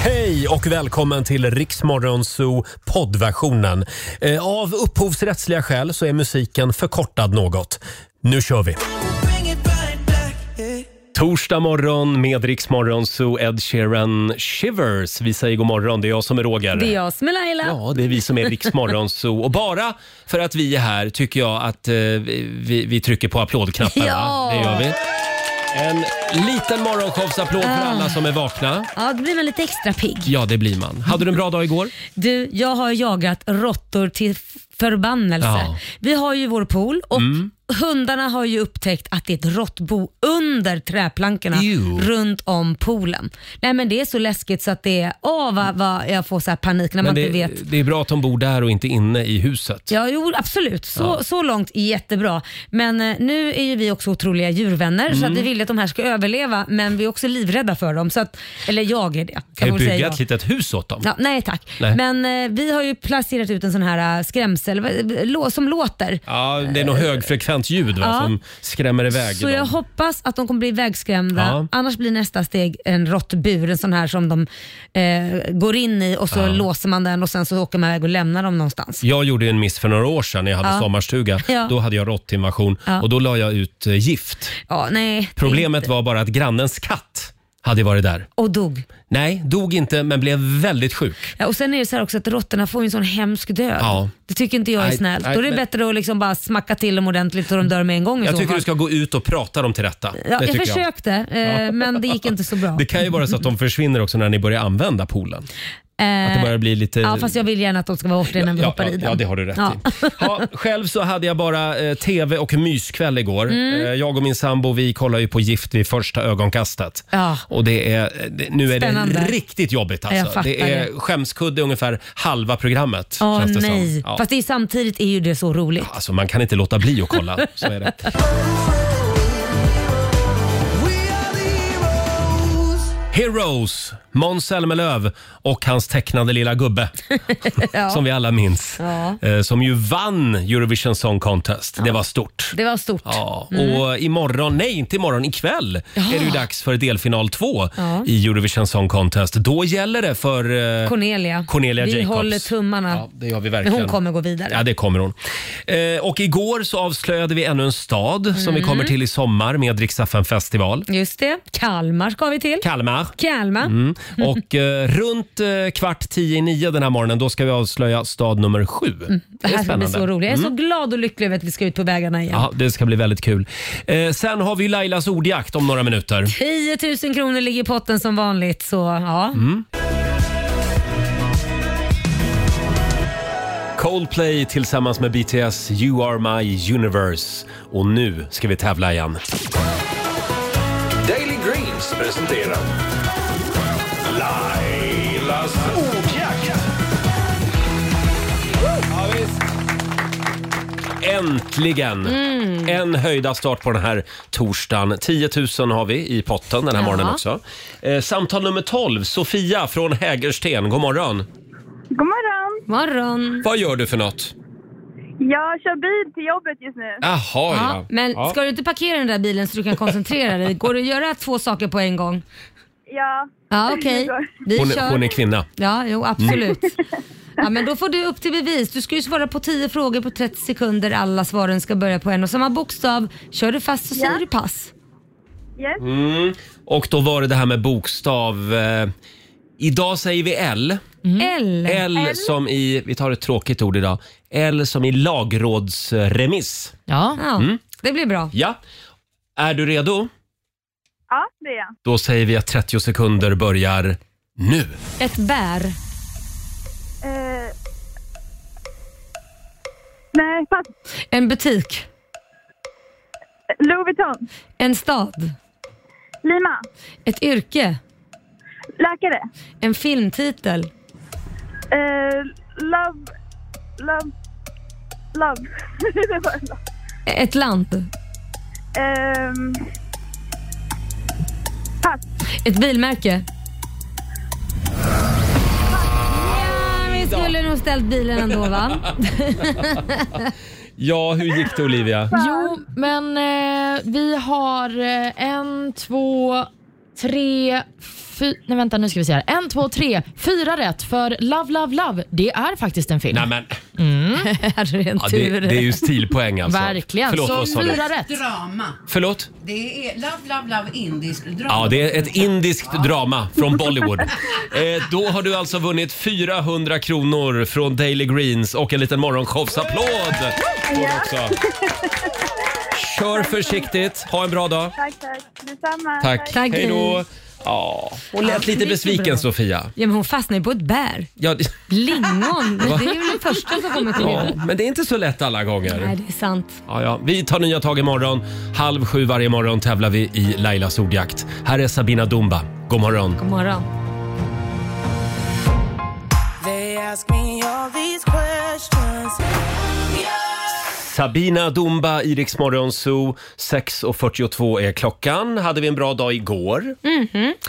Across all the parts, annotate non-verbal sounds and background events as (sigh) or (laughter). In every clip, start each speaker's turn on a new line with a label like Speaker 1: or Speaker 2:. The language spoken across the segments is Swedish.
Speaker 1: Hej och välkommen till Riksmorgonzoo poddversionen. Eh, Av upphovsrättsliga skäl så är musiken förkortad något. Nu kör vi! Torsdag morgon med Riksmorgonzoo, Ed Sheeran, Shivers. Vi säger god morgon, det är jag som är Roger.
Speaker 2: Det är jag som är Laila.
Speaker 1: Ja, det är vi som är
Speaker 2: (laughs)
Speaker 1: Riksmorgonzoo. Och bara för att vi är här tycker jag att eh, vi, vi trycker på applådknappen. va?
Speaker 2: Ja.
Speaker 1: Det gör vi. En liten morgonshowsapplåd
Speaker 2: Ah.
Speaker 1: för alla som är vakna.
Speaker 2: Ja, då blir man lite extra pigg.
Speaker 1: Ja, det blir man. Hade du en bra dag igår?
Speaker 2: Du, jag har jagat råttor till f- förbannelse.
Speaker 1: Ja. Mm.
Speaker 2: Vi har ju vår pool och hundarna har ju upptäckt att det är ett råttbo under träplankorna
Speaker 1: Ew.
Speaker 2: runt om poolen. Nej men Det är så läskigt så att det är, åh vad, vad jag får så här panik när man
Speaker 1: det,
Speaker 2: inte vet.
Speaker 1: det är bra att de bor där och inte inne i huset.
Speaker 2: Ja, jo, absolut. Så, så långt jättebra. Men eh, nu är ju vi också otroliga djurvänner så
Speaker 1: Mm.
Speaker 2: att vi vill att de här ska överleva men vi är också livrädda för dem. Så att, eller jag är det.
Speaker 1: Kan ju
Speaker 2: får väl säga
Speaker 1: bygga
Speaker 2: jag.
Speaker 1: ett litet hus åt dem.
Speaker 2: Ja, nej tack.
Speaker 1: Nej.
Speaker 2: Men eh, vi har ju placerat ut en sån här eh, skrämsel vad- lå- som låter.
Speaker 1: Ja, det är något högfrekvent ljud va,
Speaker 2: Eh, Ja.
Speaker 1: som skrämmer iväg
Speaker 2: Så jag
Speaker 1: dem.
Speaker 2: hoppas att de kommer bli vägskrämda.
Speaker 1: Ja.
Speaker 2: Annars blir nästa steg en råttbur, en sån här som de eh, går in i och så låser man den och sen så åker man iväg och lämnar dem någonstans.
Speaker 1: Jag gjorde ju en miss för några år sedan när jag hade
Speaker 2: Ja.
Speaker 1: sommarstuga.
Speaker 2: Ja.
Speaker 1: Då hade jag råttinvasion
Speaker 2: Ja.
Speaker 1: och då la jag ut eh, gift.
Speaker 2: Ja, nej. det är
Speaker 1: Problemet
Speaker 2: inte-
Speaker 1: var bara att grannens katt hade varit där.
Speaker 2: Och dog.
Speaker 1: Nej, dog inte men blev väldigt sjuk.
Speaker 2: Ja, och sen är det så här också att råttorna får ju en sån hemsk död.
Speaker 1: Ja.
Speaker 2: Det tycker inte jag är
Speaker 1: Nej,
Speaker 2: snällt.
Speaker 1: nej,
Speaker 2: Då är det
Speaker 1: men-
Speaker 2: bättre att liksom bara smacka till dem ordentligt så de dör med en gång i
Speaker 1: Jag
Speaker 2: så
Speaker 1: tycker
Speaker 2: fall.
Speaker 1: du ska gå ut och prata dem till rätta.
Speaker 2: Ja,
Speaker 1: det
Speaker 2: jag
Speaker 1: tycker jag.
Speaker 2: försökte, eh, men det gick inte så bra.
Speaker 1: Det kan ju vara så att de försvinner också när ni börjar använda poolen. Att det börjar bli lite...
Speaker 2: Eh, Ja, fast jag vill gärna att de ska vara borta innan vi
Speaker 1: ja,
Speaker 2: hoppar
Speaker 1: ja,
Speaker 2: i den.
Speaker 1: Ja, det har du rätt
Speaker 2: Ja.
Speaker 1: i. Ja, själv så hade jag bara eh, tv och myskväll igår.
Speaker 2: Mm.
Speaker 1: Eh, jag och min sambo vi kollar ju på Gift vid första ögonkastet.
Speaker 2: Ja.
Speaker 1: Och det är, det, nu är
Speaker 2: Spännande.
Speaker 1: det riktigt jobbigt
Speaker 2: jag
Speaker 1: alltså.
Speaker 2: fattar
Speaker 1: det är
Speaker 2: det.
Speaker 1: skämskudde ungefär halva programmet.
Speaker 2: Åh
Speaker 1: känns det som.
Speaker 2: nej.
Speaker 1: Ja.
Speaker 2: Fast det är, samtidigt är ju det så roligt.
Speaker 1: Alltså man kan inte låta bli att kolla.
Speaker 2: (laughs)
Speaker 1: Så är det. Heroes, Måns Zelmerlöw och hans tecknade lilla gubbe
Speaker 2: (laughs) Ja.
Speaker 1: som vi alla minns.
Speaker 2: Ja.
Speaker 1: Eh, Som ju vann Eurovision Song Contest. Det var stort.
Speaker 2: Det var stort.
Speaker 1: Ja,
Speaker 2: Mm.
Speaker 1: och imorgon, nej inte imorgon, ikväll är det ju dags för delfinal 2
Speaker 2: Ja.
Speaker 1: i Eurovision Song Contest. Då gäller det för eh,
Speaker 2: Cornelia.
Speaker 1: Cornelia
Speaker 2: vi
Speaker 1: Jacobs.
Speaker 2: håller tummarna.
Speaker 1: Ja, det gör vi
Speaker 2: Men
Speaker 1: verkligen.
Speaker 2: hon kommer gå vidare.
Speaker 1: Ja, det kommer hon. Eh, och igår så avslöjade vi ännu en stad som vi
Speaker 2: Mm.
Speaker 1: kommer till i sommar med Rix FM festival.
Speaker 2: Just det. Kalmar ska vi till.
Speaker 1: Kalmar.
Speaker 2: Kalmar.
Speaker 1: Mm. Och eh, runt eh, kvart tio i nio den här morgonen då ska vi avslöja stad nummer sju.
Speaker 2: Mm. Det här ska bli så roligt. Jag är så glad och lycklig över att vi ska ut på vägarna igen.
Speaker 1: Mm. Ja, det ska bli väldigt kul. Eh, sen har vi ju Lailas ordjakt om några minuter.
Speaker 2: 10 000 kronor ligger i potten som vanligt. Så, ja.
Speaker 1: Mm. Coldplay tillsammans med BTS You Are My Universe. Och nu ska vi tävla igen.
Speaker 3: Daily Greens presenterar Lailas ordjakt.
Speaker 1: Äntligen! En höjda start på den här torsdagen. 10 000 har vi i potten den här
Speaker 2: Ja.
Speaker 1: morgonen också. Eh, samtal nummer 12, Sofia från Hägersten. God morgon!
Speaker 4: God morgon!
Speaker 2: Morgon.
Speaker 1: Vad gör du för något?
Speaker 4: Jag kör bil till jobbet just nu.
Speaker 1: Jaha, ja.
Speaker 2: Ja, men
Speaker 1: ja.
Speaker 2: ska du inte parkera den där bilen så du kan koncentrera dig? Går det att göra två saker på en gång?
Speaker 4: Ja,
Speaker 2: Ja, okej. Vi
Speaker 1: Hon,
Speaker 2: kör.
Speaker 1: hon är kvinna.
Speaker 2: Ja, jo absolut. Ja, men då får du upp till bevis. Du ska ju svara på 10 frågor på 30 sekunder. Alla svaren ska börja på en och samma bokstav. Kör du fast så säger
Speaker 4: Ja.
Speaker 2: du pass.
Speaker 4: yes.
Speaker 1: Och då var det det här med bokstav. Eh, idag säger vi L.
Speaker 2: L.
Speaker 1: L, som i, vi tar ett tråkigt ord idag, L som i lagrådsremiss.
Speaker 5: Ja.
Speaker 2: Ja, Det blir bra.
Speaker 1: Ja. Är du redo?
Speaker 4: Ja, det är jag.
Speaker 1: Då säger vi att 30 sekunder börjar nu.
Speaker 2: Ett bär.
Speaker 4: Eh. Nej, pass.
Speaker 2: En butik.
Speaker 4: Louis Vuitton.
Speaker 2: En stad.
Speaker 4: Lima.
Speaker 2: Ett yrke.
Speaker 4: Läkare.
Speaker 2: En filmtitel.
Speaker 4: Eh, love... Love... Love. (laughs) Det var en love.
Speaker 2: Ett land.
Speaker 4: Ehm. pass.
Speaker 2: Ett bilmärke. Ja, vi skulle nog ställt bilen ändå va?
Speaker 1: Ja, hur gick det Olivia?
Speaker 5: Jo, men eh, vi har eh, en, två, tre, fy, nej vänta nu ska vi se här. En, två, tre, fyra rätt för Love, Love, Love. Det är faktiskt en film.
Speaker 1: Nej, men,
Speaker 2: Hade du en
Speaker 1: ja, det,
Speaker 2: tur.
Speaker 1: det är ju stilpoäng alltså.
Speaker 5: Verkligen.
Speaker 1: Förlåt, vad
Speaker 5: så
Speaker 1: sa du?
Speaker 5: fyra rätt.
Speaker 6: Drama.
Speaker 1: Förlåt?
Speaker 6: Det är Love, Love, Love indisk drama.
Speaker 1: Ja, det är ett indiskt drama från Bollywood. Eh, då har du alltså vunnit 400 kronor från Daily Greens och en liten morgonshowsapplåd. får du också. Kör försiktigt, ha en bra dag.
Speaker 4: Tack, tack. Detsamma.
Speaker 1: Tack.
Speaker 2: Tack,
Speaker 1: Hej då.
Speaker 2: hej.
Speaker 1: Ja, hon lät
Speaker 2: Ja,
Speaker 1: lite
Speaker 2: mycket bra.
Speaker 1: besviken Sofia.
Speaker 2: Ja, men hon fastnade ju på ett bär.
Speaker 1: Ja, det- (laughs)
Speaker 2: Lingon, det är väl det första som kommer till
Speaker 1: ja,
Speaker 2: huvudet.
Speaker 1: men det är inte så lätt alla gånger.
Speaker 2: Nej, det är sant.
Speaker 1: Ja, ja. Vi tar nya tag imorgon. Halv sju varje morgon tävlar vi i Lailas ordjakt. Här är Sabina Dumba. God morgon.
Speaker 2: God morgon.
Speaker 1: Sabina Dumba i Rix Morgon Zoo. 6.42 är klockan. Hade vi en bra dag igår?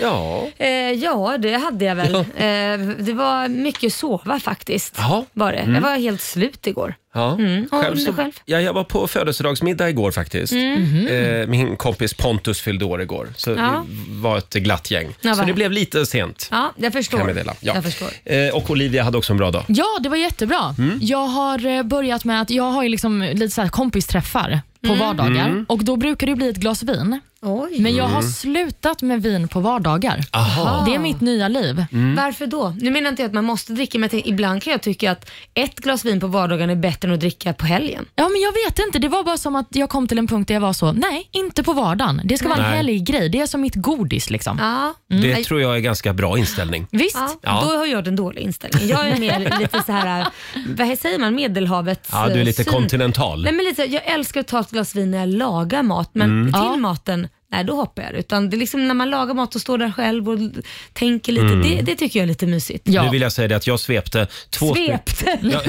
Speaker 1: Ja.
Speaker 2: Eh, ja, det hade jag väl. Eh, det var mycket sova faktiskt.
Speaker 1: Jaha. Mm.
Speaker 2: Var det. Jag var helt slut igår.
Speaker 1: ja.
Speaker 2: och du Mm. själv? Mm. Mhm.
Speaker 1: Ja, jag var på födelsedagsmiddag igår faktiskt. Eh, min kompis Pontus fyllde år igår, så
Speaker 2: Ja.
Speaker 1: vi var ett glatt gäng.
Speaker 2: Ja,
Speaker 1: så
Speaker 2: vad
Speaker 1: det
Speaker 2: här-
Speaker 1: blev lite sent.
Speaker 2: Ja, jag förstår.
Speaker 1: Kan jag, meddela. Ja.
Speaker 2: jag förstår.
Speaker 1: Eh, och Olivia hade också en bra dag.
Speaker 5: Ja, det var jättebra.
Speaker 1: Mm.
Speaker 5: Jag har eh, börjat med att jag har ju liksom lite så här kompisträffar på
Speaker 1: Mm.
Speaker 5: vardagar och då brukar det bli ett glas vin.
Speaker 2: Oj.
Speaker 5: Men jag har slutat med vin på vardagar.
Speaker 1: Mm. Aha.
Speaker 5: Det är mitt nya liv.
Speaker 1: Mm.
Speaker 2: Varför då? Nu menar inte jag att man måste dricka, men jag tänker, ibland kan jag tycka att ett glas vin på vardagen är bättre än att dricka på helgen.
Speaker 5: Ja, men jag vet inte. Det var bara som att jag kom till en punkt där jag var så, nej, inte på vardagen. Det ska vara en
Speaker 1: Nej.
Speaker 5: helig grej. Det är som mitt godis. liksom.
Speaker 2: Ja.
Speaker 1: Det tror jag är ganska bra inställning.
Speaker 5: Visst?
Speaker 2: Ja,
Speaker 1: Mm. Ja.
Speaker 2: Då har jag den dåliga inställningen. Jag är (laughs) mer lite så här, vad säger man, medelhavets
Speaker 1: Ja, du är lite
Speaker 2: eh, syn.
Speaker 1: kontinental.
Speaker 2: Nej, men lite, jag älskar att ta ett glas vin när jag lagar mat, men
Speaker 1: Mm.
Speaker 2: till
Speaker 5: Ja.
Speaker 2: maten, nej då hoppar jag ur. Utan det är liksom när man lagar mat och står där själv och l- tänker lite,
Speaker 1: Mm.
Speaker 2: det, det tycker jag är lite mysigt.
Speaker 5: Ja.
Speaker 1: Nu vill jag säga det att jag svepte två stycken...
Speaker 2: Svepte!
Speaker 1: Ja,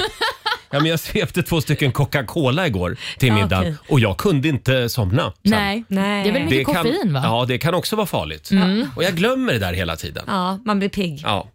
Speaker 1: ja, men jag svepte två stycken Coca-Cola igår till
Speaker 2: Ja,
Speaker 1: middagen
Speaker 2: okej.
Speaker 1: och jag kunde inte somna. sen.
Speaker 5: Nej.
Speaker 2: Nej.
Speaker 5: det är väl mycket
Speaker 1: kan,
Speaker 5: koffein va?
Speaker 1: Ja, det kan också vara farligt. Och jag glömmer det där hela tiden.
Speaker 2: (laughs) Mm. Ja, Mm. man blir pigg.
Speaker 1: Ja,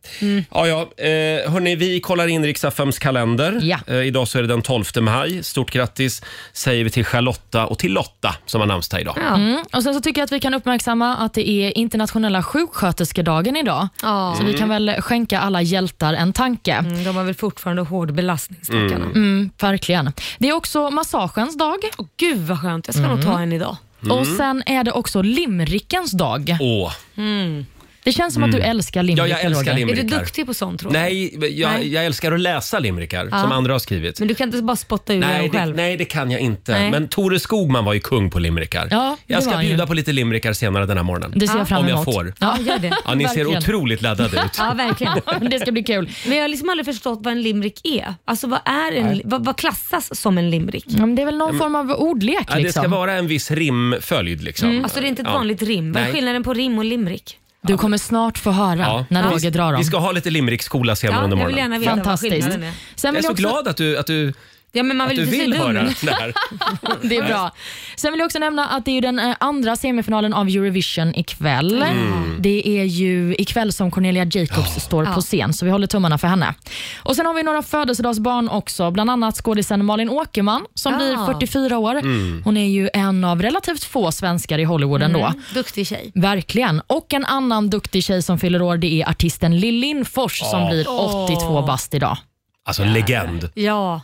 Speaker 1: ja, ja. Eh, hörni, vi kollar in Riksaffems kalender.
Speaker 5: Ja.
Speaker 1: Eh, idag så är det den 12 maj. Stort grattis säger vi till Charlotta och till Lotta som har namnsdag idag.
Speaker 2: Ja.
Speaker 5: Mm. Och Sen så tycker jag att vi kan uppmärksamma att det är internationella sjuksköterskedagen idag.
Speaker 2: Ja.
Speaker 5: Så vi kan
Speaker 1: Mm.
Speaker 5: väl skänka alla hjältar en tanke.
Speaker 2: Mm, De har väl fortfarande hård belastning stackarna.
Speaker 5: Mm, verkligen. Det är också massagens dag
Speaker 2: Åh, Gud vad skönt, jag ska
Speaker 5: Mm.
Speaker 2: nog ta en idag.
Speaker 5: och sen är det också limrikens dag.
Speaker 1: Mm. Åh, Mm.
Speaker 5: Det känns som att du älskar limriken,
Speaker 1: ja, jag älskar
Speaker 5: Roger.
Speaker 2: Mm,
Speaker 5: (laughs)
Speaker 2: Är du
Speaker 1: limrikar.
Speaker 2: duktig på sånt tror jag?
Speaker 1: Nej, jag,
Speaker 2: Nej.
Speaker 1: jag älskar att läsa limrikar som andra har skrivit.
Speaker 2: Men du kan inte bara spotta ur
Speaker 1: Nej
Speaker 2: dig
Speaker 1: det,
Speaker 2: själv?
Speaker 1: nej, det kan jag inte.
Speaker 2: Nej.
Speaker 1: Men Tore Skogman var ju kung på limrikar.
Speaker 5: Ja, det
Speaker 1: jag ska
Speaker 5: var han ju.
Speaker 1: bjuda på lite limrikar senare den här morgonen.
Speaker 5: Det ser jag fram
Speaker 1: Om jag
Speaker 5: emot.
Speaker 1: får.
Speaker 2: Ja, gör det.
Speaker 1: Ja, ni ser
Speaker 5: verkligen.
Speaker 1: otroligt laddade ut.
Speaker 2: (laughs) Ja,
Speaker 1: (laughs)
Speaker 2: verkligen.
Speaker 5: det ska
Speaker 2: (laughs)
Speaker 5: bli kul.
Speaker 2: Men jag har liksom aldrig förstått vad en limrik är. Alltså vad, är en, vad, vad klassas som en limrik?
Speaker 5: Ja, men Mm, det är väl någon form av ordlek.
Speaker 1: Ja, det
Speaker 5: liksom.
Speaker 1: ska vara en viss rimföljd liksom.
Speaker 2: Alltså det är inte ett
Speaker 1: Ja.
Speaker 2: vanligt rim. Vad är
Speaker 1: Nej.
Speaker 2: skillnaden på rim och limrik?
Speaker 5: Du kommer snart få höra
Speaker 1: Ja.
Speaker 5: när
Speaker 1: Ja.
Speaker 5: Roger drar dem.
Speaker 1: Vi ska ha lite limerickskola senare
Speaker 2: Ja,
Speaker 1: under
Speaker 2: jag vill
Speaker 1: morgonen.
Speaker 2: gärna veta vad
Speaker 5: Fantastiskt.
Speaker 2: skillnaden är.
Speaker 5: Sen
Speaker 1: Jag är
Speaker 5: vill
Speaker 1: så
Speaker 5: jag också-
Speaker 1: glad att du, att du,
Speaker 2: Ja, men man
Speaker 1: att
Speaker 2: vill
Speaker 1: du
Speaker 2: inte se
Speaker 1: vill
Speaker 2: dum
Speaker 1: höra
Speaker 2: ut.
Speaker 1: det här.
Speaker 5: (laughs) Det är bra. Sen vill jag också nämna att det är ju den eh, andra semifinalen av Eurovision ikväll.
Speaker 1: Mm.
Speaker 5: Det är ju ikväll som Cornelia Jacobs står på scen, så vi håller tummarna för henne. Och Sen har vi några födelsedagsbarn också, bland annat skådisen Malin Åkerman som
Speaker 2: Ja.
Speaker 5: blir 44 år.
Speaker 1: Mm.
Speaker 5: Hon är ju en av relativt få svenskar i Hollywood ändå.
Speaker 2: (laughs) Duktig tjej.
Speaker 5: Verkligen. Och en annan duktig tjej som fyller år, det är artisten Lill Lindfors som blir 82 bast idag.
Speaker 1: Alltså legend.
Speaker 2: Ja.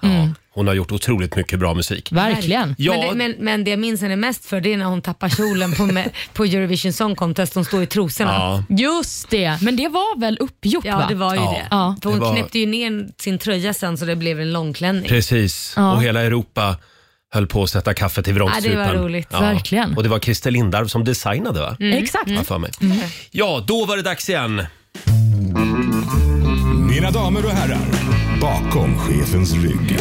Speaker 1: Hon har gjort otroligt mycket bra musik.
Speaker 5: Verkligen.
Speaker 1: Ja.
Speaker 2: Mm. Men, det, men, men det jag minns henne mest för det är när hon tappar kjolen på, (laughs) me- på Eurovision Song Contest. Hon står i trosorna. Ja,
Speaker 1: Ja.
Speaker 5: Just det, men det var väl uppgjort va?
Speaker 2: det var ju
Speaker 1: Ja.
Speaker 2: det.
Speaker 5: Ja.
Speaker 2: För hon
Speaker 1: Det var-
Speaker 2: knäppte ju ner sin tröja sen så det blev en långklänning.
Speaker 1: Precis.
Speaker 5: Ja.
Speaker 1: Och hela Europa höll på att sätta kaffet i vrångstrupen.
Speaker 2: Ja, det var roligt. Mm.
Speaker 5: Verkligen.
Speaker 1: Och det var Christer Lindarw som designade va?
Speaker 5: Mm. Exakt.
Speaker 1: Har jag för mig. Ja, då var det dags igen.
Speaker 7: Mina damer och herrar, bakom chefens rygg.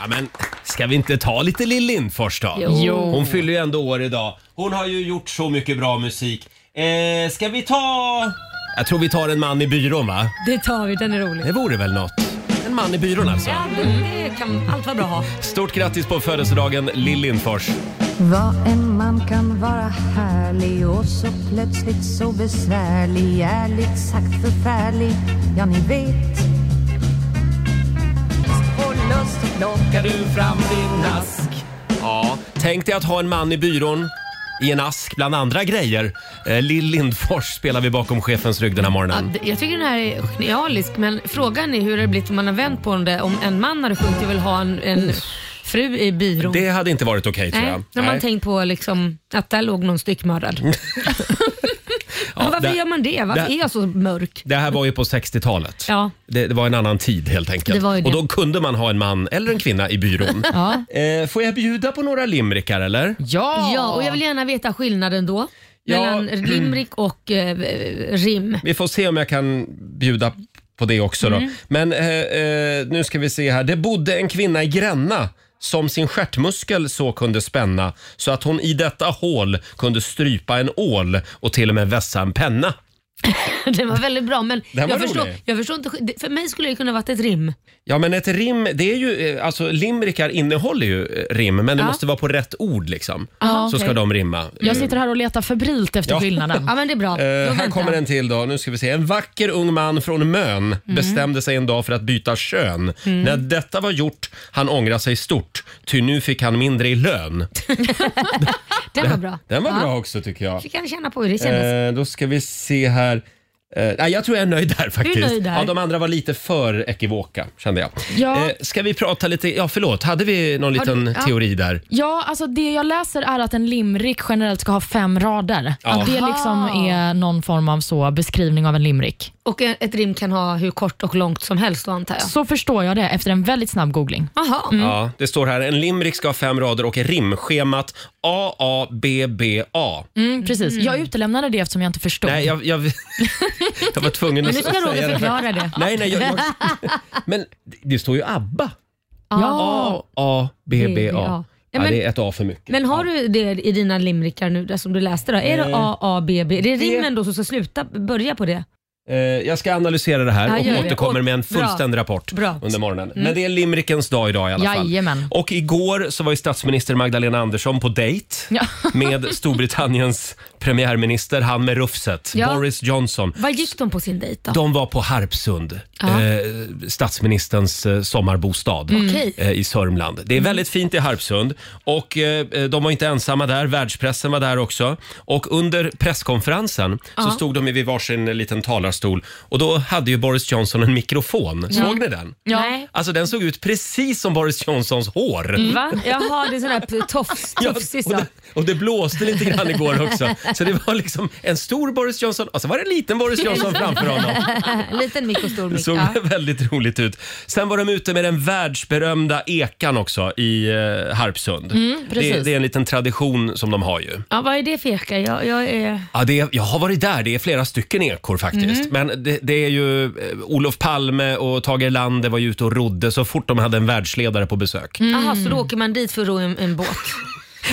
Speaker 1: Ja, men ska vi inte ta lite Lill Lindfors då?
Speaker 5: Jo.
Speaker 1: Hon fyller ju ändå år idag. Hon har ju gjort så mycket bra musik. Eh, ska vi ta... Jag tror vi tar en man i byrån va?
Speaker 2: Det tar vi, den är rolig.
Speaker 1: Det vore väl något. En man i byrån alltså.
Speaker 2: Ja, men det kan allt vara bra att ha.
Speaker 1: Stort grattis på födelsedagen Lill Lindfors.
Speaker 8: Vad en man kan vara härlig och så plötsligt så besvärlig Ärligt sagt förfärlig, ja ni vet Och lust och plåga
Speaker 1: Ja, tänk dig att ha en man i byrån i en ask bland andra grejer. Eh, Lill Lindfors spelar vi bakom chefens rygg den här
Speaker 2: Ja,
Speaker 1: morgonen.
Speaker 2: d- jag tycker den här är genialisk men frågan är hur det har blivit om man har vänt på det. Om en man hade sjungit jag vill ha en, en fru i byrån.
Speaker 1: Det hade inte varit okej tror
Speaker 2: Nej,
Speaker 1: jag.
Speaker 2: när man
Speaker 1: Nej.
Speaker 2: tänkt på liksom, att där låg
Speaker 1: (laughs)
Speaker 2: någon styckmördad.
Speaker 1: Ja,
Speaker 2: Varför
Speaker 1: det-
Speaker 2: gör man det? Varför
Speaker 1: det-
Speaker 2: är jag så mörk?
Speaker 1: Det här var ju på 60-talet.
Speaker 2: Ja.
Speaker 1: Det, det var en annan tid helt enkelt.
Speaker 2: Det var ju det.
Speaker 1: Och då kunde man ha en man eller en kvinna i byrån.
Speaker 5: Ja.
Speaker 1: eh, får jag bjuda på några limrikar eller?
Speaker 5: Ja.
Speaker 2: Ja, och jag vill gärna veta skillnaden då.
Speaker 1: Ja.
Speaker 2: Mellan limrik och eh, rim. (laughs)
Speaker 1: Vi får se om jag kan bjuda på det också då.
Speaker 5: Mm.
Speaker 1: Men eh, eh, nu ska vi se här. Det bodde en kvinna i Gränna som sin stjärtmuskel så kunde spänna så att hon i detta hål kunde strypa en ål och till och med vässa en penna.
Speaker 2: Den var väldigt bra men
Speaker 1: Den var
Speaker 2: jag förstår,
Speaker 1: rolig.
Speaker 2: jag förstår inte. sk- För mig skulle det kunna varit ett rim.
Speaker 1: Ja, men ett rim, det är ju, eh, alltså limrikar innehåller ju eh, rim, men det
Speaker 2: Ja.
Speaker 1: måste vara på rätt ord liksom.
Speaker 5: Ja,
Speaker 1: så
Speaker 5: okej.
Speaker 1: ska de rimma.
Speaker 5: Jag sitter här och letar febrilt efter
Speaker 1: Ja. (laughs)
Speaker 5: skillnaden.
Speaker 2: Ja men det är bra. Då
Speaker 1: Eh, här
Speaker 2: väntar
Speaker 1: kommer
Speaker 2: jag. Mm.
Speaker 1: en till då. Nu ska vi se. En vacker ung man från Mön bestämde sig en dag för att byta kön. När detta var gjort han ångrade sig stort, ty nu fick han mindre i lön.
Speaker 2: Den var bra.
Speaker 1: (laughs) Den var
Speaker 2: Ja.
Speaker 1: bra också tycker jag.
Speaker 2: Vi kan känna på hur det kändes.
Speaker 1: Eh, då ska vi se här. Eh, nej, jag tror jag är nöjd där faktiskt.
Speaker 2: nöjd där?
Speaker 1: Ja, de andra var lite för ekivoka kände jag.
Speaker 5: Ja.
Speaker 1: Eh, ska vi prata lite, ja förlåt, hade vi någon
Speaker 5: Har du-
Speaker 1: liten
Speaker 5: ja.
Speaker 1: teori där?
Speaker 2: Mm.
Speaker 5: Ja, alltså det jag läser är att en limrik generellt ska ha fem rader. Att det liksom är någon form av så beskrivning av en limrik.
Speaker 2: Och eh, ett rim kan ha hur kort och långt som helst då antar jag. Mm.
Speaker 5: Så förstår jag det efter en väldigt snabb googling.
Speaker 2: Jaha.
Speaker 1: Ja, det står här, en limrik ska ha fem rader och rimschemat A, A, B, B, A.
Speaker 5: Mm, precis. Jag utelämnade det eftersom jag inte förstod.
Speaker 1: Nej, jag, jag, jag var tvungen att
Speaker 2: Nu ska Roger förklara det.
Speaker 1: Nej, nej, jag, jag,
Speaker 2: (laughs)
Speaker 1: men det står ju ABBA.
Speaker 5: ja.
Speaker 1: A, A, B, B, A.
Speaker 2: Ja,
Speaker 1: Ja,
Speaker 2: men-
Speaker 1: det är ett A för mycket.
Speaker 2: Men har du det i dina limrikar nu där som du läste då? Är det A, A, B, B? Eh. Det är rimmen då som ska sluta börja på det.
Speaker 1: Eh, jag ska analysera det här
Speaker 2: Ja,
Speaker 1: och
Speaker 2: gör det.
Speaker 1: återkommer med en
Speaker 2: Bra.
Speaker 1: fullständig rapport
Speaker 2: Bra. Mm.
Speaker 1: under morgonen. Men det är limrikens dag idag i alla fall.
Speaker 5: Jajamän.
Speaker 1: Och igår så var ju statsminister Magdalena Andersson på dejt
Speaker 5: Ja.
Speaker 1: med Storbritanniens premiärminister, han med rufset,
Speaker 2: Ja.
Speaker 1: Boris Johnson.
Speaker 2: Var gick de på sin dejt då?
Speaker 1: De var på Harpsund,
Speaker 2: Ja. Mm.
Speaker 1: eh, statsministerns eh, sommarbostad
Speaker 2: Okej.
Speaker 1: eh,
Speaker 2: Mm.
Speaker 1: i Sörmland. Det är väldigt fint i Harpsund och eh, de var inte ensamma där. Världspressen var där också. Och under presskonferensen så stod de ju vid varsin liten talarstol och då hade ju Boris Johnson en mikrofon. Såg ni den?
Speaker 5: Ja.
Speaker 2: Nej.
Speaker 1: Alltså den såg ut precis som Boris Johnsons hår.
Speaker 2: Mm. Va? Jaha, det är sån (laughs) här p- tofs,
Speaker 1: Ja,
Speaker 2: tofsig
Speaker 1: och, det,
Speaker 2: sak.
Speaker 1: (laughs)
Speaker 2: (laughs)
Speaker 1: och det blåste lite grann igår också. Så det var liksom en stor Boris Johnson och så var det en liten Boris Johnson framför honom.
Speaker 2: Liten mick och stor
Speaker 1: Det
Speaker 2: mick.
Speaker 1: såg
Speaker 2: Ja.
Speaker 1: (laughs) väldigt roligt ut. Sen var de ute med den världsberömda ekan också i eh, Harpsund. det,
Speaker 5: precis.
Speaker 1: det är en liten tradition som de har ju.
Speaker 2: ja, vad är det för eka? Jag, jag är...
Speaker 1: Ja, det är, jag har varit där, det är flera stycken ekor faktiskt. Men det, det är ju eh, Olof Palme och Tage Erlander var ju ute och rodde så fort de hade en världsledare på besök.
Speaker 2: Jaha, så då åker man dit för att ro en, en båt.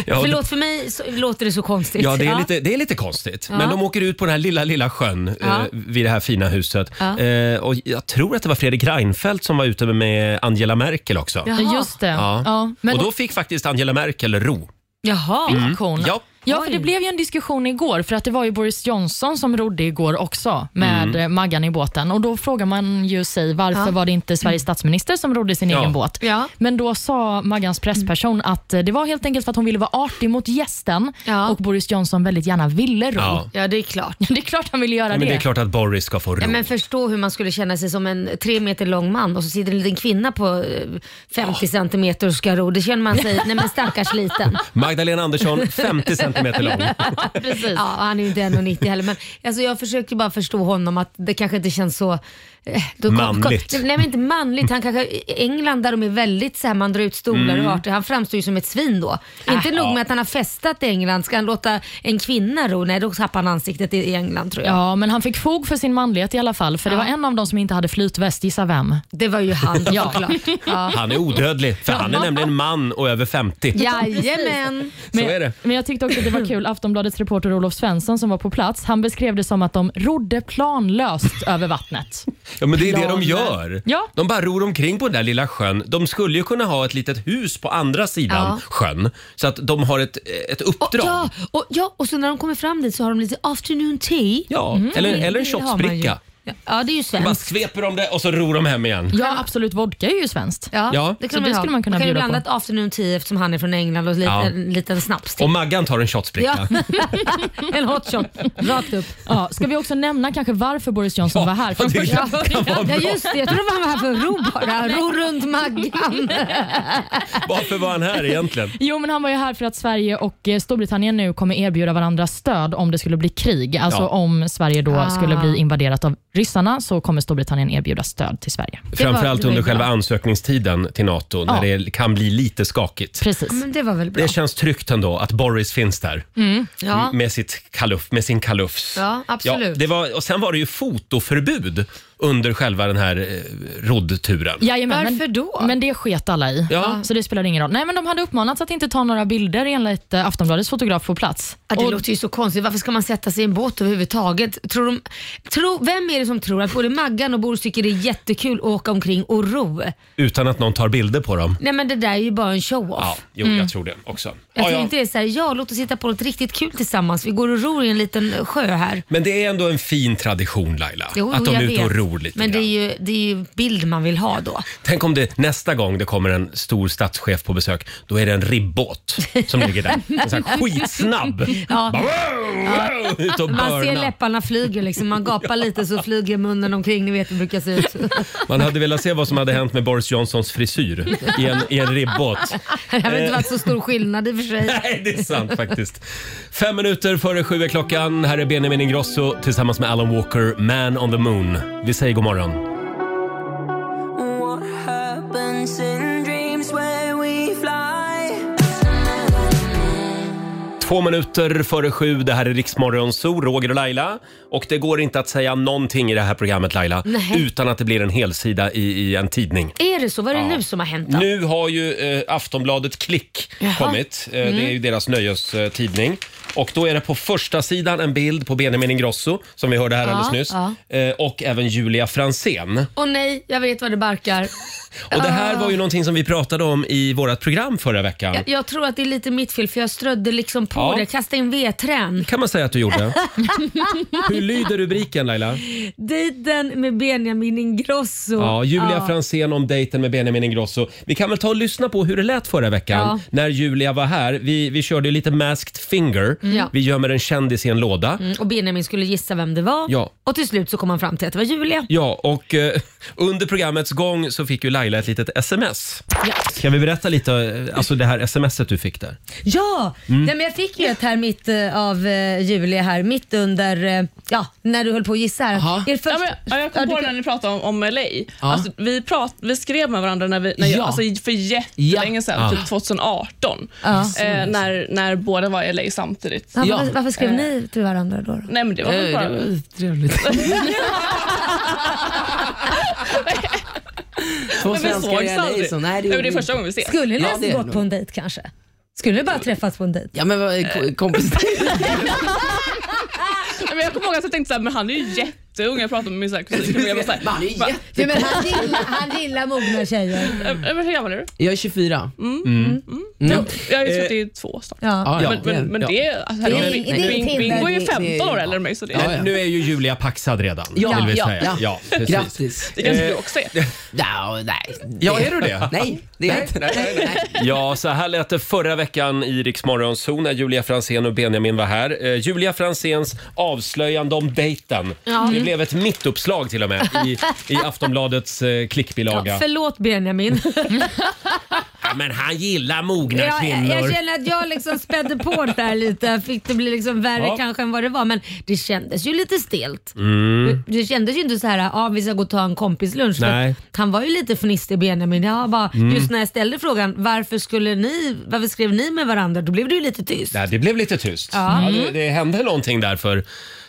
Speaker 1: Ja, och-
Speaker 2: Förlåt, för mig så, låter det så konstigt.
Speaker 1: Ja, det är, Lite, det är lite konstigt. Men de åker ut på den här lilla, lilla sjön eh,
Speaker 2: Ja.
Speaker 1: vid det här fina huset. Eh, och jag tror att det var Fredrik Reinfeldt som var ute med Angela Merkel också. Ja.
Speaker 5: Ja, Just det. Ja. Men,
Speaker 1: Och då fick faktiskt Angela Merkel ro.
Speaker 2: Jaha.
Speaker 5: Hon.
Speaker 1: Mm. Ja.
Speaker 5: Ja, för det blev ju en diskussion igår, för att det var ju Boris Johnson som rodde igår också med eh,
Speaker 1: Mm.
Speaker 5: Maggan i båten. Och Då frågar man ju sig varför var det inte Sveriges statsminister som rodde sin
Speaker 1: Mm. Ja.
Speaker 5: egen båt?
Speaker 2: Ja. Mm.
Speaker 5: Men då sa Maggans pressperson att eh, det var helt enkelt för att hon ville vara artig mot gästen
Speaker 2: Ja.
Speaker 5: och Boris Johnson väldigt gärna ville ro.
Speaker 1: Ja.
Speaker 2: Ja, det är klart.
Speaker 5: (laughs) Det är klart han ville göra
Speaker 1: Men
Speaker 5: det.
Speaker 1: det är klart att Boris ska få ro.
Speaker 2: Ja, men förstå hur man skulle känna sig som en tre meter lång man och så sitter en liten kvinna på eh, 50 centimeter och ska ro. Det känner man (laughs) sig, nej men stackars liten.
Speaker 1: Magdalena Andersson, 50 centimeter lång.
Speaker 2: (laughs)
Speaker 5: Precis.
Speaker 2: Ja, han är ju inte 1,90 heller men alltså, jag försöker bara förstå honom att det kanske inte känns så... eh, då kom- kom-
Speaker 1: Manligt.
Speaker 2: nej men inte manligt, han kanske, i England där de är väldigt så här, man drar ut stolar
Speaker 1: Mm.
Speaker 2: och arter, han framstår ju som ett svin då.
Speaker 1: Ah,
Speaker 2: Inte nog med att han har festat i England, ska han låta en kvinna ro? Nej då tappar han ansiktet i, i England tror jag.
Speaker 5: Ja, men han fick fog för sin manlighet i alla fall, för det var en av dem som inte hade flytväst. Gissa vem?
Speaker 2: Det var ju han
Speaker 5: Ja.
Speaker 2: såklart. (laughs) Ja.
Speaker 1: Han är odödlig, för han är nämligen man och över 50.
Speaker 2: Jajamän.
Speaker 1: Så
Speaker 5: Men,
Speaker 1: är det.
Speaker 5: men jag tyckte också att det var kul, Aftonbladets reporter Olof Svensson som var på plats, han beskrev det som att de
Speaker 1: (laughs)
Speaker 5: rodde planlöst över vattnet.
Speaker 1: Ja, men det är det de
Speaker 5: Planer.
Speaker 1: gör.
Speaker 5: Ja.
Speaker 1: De bara ror omkring på den där lilla sjön. De skulle ju kunna ha ett litet hus på andra sidan
Speaker 2: Ja.
Speaker 1: sjön så att de har ett, ett
Speaker 2: Och,
Speaker 1: uppdrag.
Speaker 2: ja, och, ja, och så när de kommer fram dit så har de lite afternoon tea.
Speaker 1: Ja, eller, eller en
Speaker 2: det har man ju.
Speaker 1: shotsbricka.
Speaker 2: Ja, det är ju
Speaker 1: Bara
Speaker 2: svenskt.
Speaker 1: sveper de det och så ror de hem igen.
Speaker 5: Ja, absolut. Vodka är ju svenskt.
Speaker 2: Ja,
Speaker 1: Ja.
Speaker 2: det, kan
Speaker 5: Så
Speaker 2: man
Speaker 5: det
Speaker 2: ju ha.
Speaker 5: skulle man kunna
Speaker 2: kan ju
Speaker 5: bjuda
Speaker 2: blanda ett afternoon tea eftersom han är från England och lite,
Speaker 1: Ja.
Speaker 2: en liten snaps till.
Speaker 1: Och Maggan tar en shotsbricka.
Speaker 2: Ja. (laughs) en hot shot, rakt
Speaker 5: (laughs)
Speaker 2: upp.
Speaker 5: Ja, ska vi också nämna kanske varför Boris Johnson
Speaker 1: Ja,
Speaker 5: var här från
Speaker 1: det
Speaker 5: första
Speaker 1: kan vara
Speaker 5: början?
Speaker 2: Ja just det, jag trodde han var här för att ro bara. Ro runt Maggan.
Speaker 1: Varför var han här egentligen?
Speaker 5: Jo, men han var ju här för att Sverige och eh, Storbritannien nu kommer erbjuda varandra stöd om det skulle bli krig. Alltså
Speaker 1: Ja.
Speaker 5: om Sverige då
Speaker 2: Ah.
Speaker 5: skulle bli invaderat av ryssarna så kommer Storbritannien erbjuda stöd till Sverige.
Speaker 1: Framförallt
Speaker 2: det var
Speaker 1: under
Speaker 2: ju bra.
Speaker 1: själva ansökningstiden till NATO när
Speaker 5: Ja.
Speaker 1: det kan bli lite skakigt.
Speaker 5: Precis.
Speaker 2: Men det var väl bra.
Speaker 1: Det känns tryggt ändå att Boris finns där
Speaker 2: Mm. Ja.
Speaker 1: med, sitt kaluf, med sin kalufs.
Speaker 2: Ja, absolut.
Speaker 1: det var, och sen var det ju fotoförbud under själva den här eh, roddturen.
Speaker 5: Jajamän,
Speaker 2: Varför
Speaker 5: men,
Speaker 2: då?
Speaker 5: Men det sket alla i,
Speaker 1: Ja.
Speaker 5: så det spelade ingen roll. Nej, men de hade uppmanats att inte ta några bilder enligt eh, Aftonbladets fotograf på plats.
Speaker 2: Ja, det
Speaker 5: Och-
Speaker 2: låter ju så konstigt. Varför ska man sätta sig i en båt överhuvudtaget? Tror de, tro, vem är det som tror att både Maggan och Boris tycker det är jättekul att åka omkring och ro?
Speaker 1: Utan att någon tar bilder på dem.
Speaker 2: Nej men det där är ju bara en show-off.
Speaker 1: Ja, jo, jag tror det också.
Speaker 2: Mm. Jag
Speaker 1: Ja,
Speaker 2: tror
Speaker 1: ja.
Speaker 2: inte det är såhär, ja låt oss hitta på något riktigt kul tillsammans. Vi går och ror i en liten sjö här.
Speaker 1: Men det är ändå en fin tradition Laila,
Speaker 2: Jo,
Speaker 1: att de är
Speaker 2: jag
Speaker 1: ute och
Speaker 2: vet.
Speaker 1: ror lite
Speaker 2: Men det är,
Speaker 1: grann.
Speaker 2: ju, det är ju bild man vill ha då.
Speaker 1: Tänk om det nästa gång det kommer en stor statschef på besök, då är det en ribbåt som ligger
Speaker 2: (laughs)
Speaker 1: där. En sån här skitsnabb.
Speaker 2: Ja.
Speaker 1: Bara, wow, (laughs) wow, ut och
Speaker 2: Man ser
Speaker 1: börna.
Speaker 2: läpparna flyger liksom.
Speaker 1: (laughs)
Speaker 2: Man gapar lite så flyger munnen omkring. Ni vet hur det brukar se ut. (laughs)
Speaker 1: Man hade velat se vad som hade hänt med Boris Johnsons frisyr i en, i en
Speaker 2: (laughs)
Speaker 1: ribbåt.
Speaker 2: Det har väl inte varit så stor skillnad i och för sig.
Speaker 1: Nej, det är sant faktiskt. Fem minuter före sju är klockan. Här är Benjamin Ingrosso tillsammans med Alan Walker, Man on the Moon. Vi säger god morgon. Två minuter före sju, det här är Riksmorgon Zoo, Roger och Laila. Och det går inte att säga någonting i det här programmet Laila,
Speaker 2: Nej.
Speaker 1: utan att det blir en helsida i, i en tidning.
Speaker 2: Är det så? Vad är det nu som har hänt då?
Speaker 1: Nu har ju eh, Aftonbladet Klick kommit. Eh,
Speaker 2: Mm.
Speaker 1: Det är ju deras nöjestidning. Och då är det på första sidan en bild på Benjamin Ingrosso, som vi hörde här alldeles nyss. Eh, och även Julia Fransén.
Speaker 2: Åh nej, jag vet vad det barkar.
Speaker 1: Och det
Speaker 2: Ah.
Speaker 1: här var ju någonting som vi pratade om i vårt program förra veckan.
Speaker 2: Jag, jag tror att det är lite mitt fel för jag strödde liksom på
Speaker 1: Ja.
Speaker 2: det. Kastade in vedträn.
Speaker 1: kan man säga att du
Speaker 2: (laughs)
Speaker 1: gjorde. Hur lyder rubriken Laila?
Speaker 2: Dejten med Benjamin Ingrosso.
Speaker 1: Ja, Julia Fransén om dejten med Benjamin Ingrosso. Vi kan väl ta och lyssna på hur det lät förra veckan
Speaker 2: Ja.
Speaker 1: när Julia var här. Vi, vi körde ju lite masked finger.
Speaker 2: Mm. Ja.
Speaker 1: Vi gömmer en kändis i en låda.
Speaker 2: Mm, Och Benjamin skulle gissa vem det var.
Speaker 1: Ja.
Speaker 2: Och till slut så kom han fram till att det var Julia.
Speaker 1: Ja, och eh, under programmets gång så fick ju Laila ett litet sms.
Speaker 2: Ja.
Speaker 1: Ska vi berätta lite, eh, alltså det här smset du fick där?
Speaker 2: Ja, Nej, men jag fick ju ett här mitt eh, av eh, Julia här, mitt under, eh, ja, när du höll på att gissa här. Er första-
Speaker 9: Ja, men, ja, jag kom
Speaker 2: Ja, du
Speaker 9: på det
Speaker 2: kan-
Speaker 9: när ni pratade om, om LA. Alltså, vi, prat, vi skrev med varandra när vi, när jag, alltså, för jättelänge sedan, typ 2018, eh, när, när båda var i LA samtidigt.
Speaker 2: ja, varför, varför skrev ni till varandra då? då?
Speaker 9: Nej, men det var väl bara... (laughs)
Speaker 10: Trevligt. Två
Speaker 9: men vi
Speaker 10: svenskar
Speaker 9: sågs
Speaker 10: i LA,
Speaker 9: aldrig.
Speaker 10: så
Speaker 9: nej,
Speaker 10: nej,
Speaker 9: men det
Speaker 10: det
Speaker 9: är
Speaker 10: gjorde vi
Speaker 9: första gången vi ses.
Speaker 2: Skulle ni
Speaker 10: Ja,
Speaker 2: ens
Speaker 10: det är
Speaker 2: gått
Speaker 10: det
Speaker 2: på en dejt kanske? Skulle ni bara träffats på en dejt?
Speaker 10: Ja, men vad är
Speaker 9: Eh. (laughs)
Speaker 10: ko- kompis?
Speaker 9: Nej, men jag kommer ihåg att jag tänkte så här, men han är ju jätteung. Jag pratade med min så här kusin och jag var så här,
Speaker 10: Man är ju
Speaker 9: Va?
Speaker 10: jätte-
Speaker 2: Ja, men (laughs) han, gillar, han gillar mogna tjejer.
Speaker 9: "Eh, men hur gammal är du?
Speaker 10: Jag är 24.
Speaker 9: Jag är 32 snart.
Speaker 2: Eh, Ja.
Speaker 10: Ja,
Speaker 9: Mm, Men, men, men
Speaker 10: ja.
Speaker 9: det, alltså,
Speaker 2: Det är-
Speaker 9: herregud,
Speaker 2: det är
Speaker 9: Bing-
Speaker 2: Tinder,
Speaker 9: Bingo är
Speaker 10: det-
Speaker 9: ju
Speaker 10: det är-
Speaker 9: 15 år äldre än mig, så det,
Speaker 10: Ja, ja.
Speaker 1: Nu är ju Julia paxad redan,
Speaker 10: Ja,
Speaker 1: vill vi
Speaker 10: ja,
Speaker 1: säga.
Speaker 10: ja.
Speaker 1: precis.
Speaker 10: Grattis.
Speaker 9: det
Speaker 11: Eh,
Speaker 9: kanske du också
Speaker 1: Eh,
Speaker 9: är.
Speaker 10: Ja, nej.
Speaker 1: Ja, är du det?
Speaker 10: Nej, det är jag inte.
Speaker 1: Ja, så här lät det förra veckan i Rix Morgon Zoo när Julia Fransén och Benjamin var här. Eh, Julia Franséns avslöjande om dejten. Det blev ett mittuppslag till och med i, i Aftonbladets eh, klickbilaga.
Speaker 2: Förlåt Benjamin.
Speaker 1: Ja, men han gillar mogna
Speaker 2: Ja, jag, jag känner att jag liksom spädde på det där lite. Fick det bli liksom värre
Speaker 1: Ja.
Speaker 2: kanske än vad det var. Men det kändes ju lite stelt. Det, det kändes ju inte så här, ja ah, vi ska gå och ta en kompislunch. För
Speaker 1: Mm. Nej. Mm.
Speaker 2: att Han var ju lite fnissig Benjamin. Jag bara, Just när jag ställde frågan, varför, skulle ni, varför skrev ni med varandra? Då blev det ju lite tyst.
Speaker 1: Nej, det blev lite tyst. Ja.
Speaker 2: Ja.
Speaker 5: Mm.
Speaker 1: det, det hände någonting där för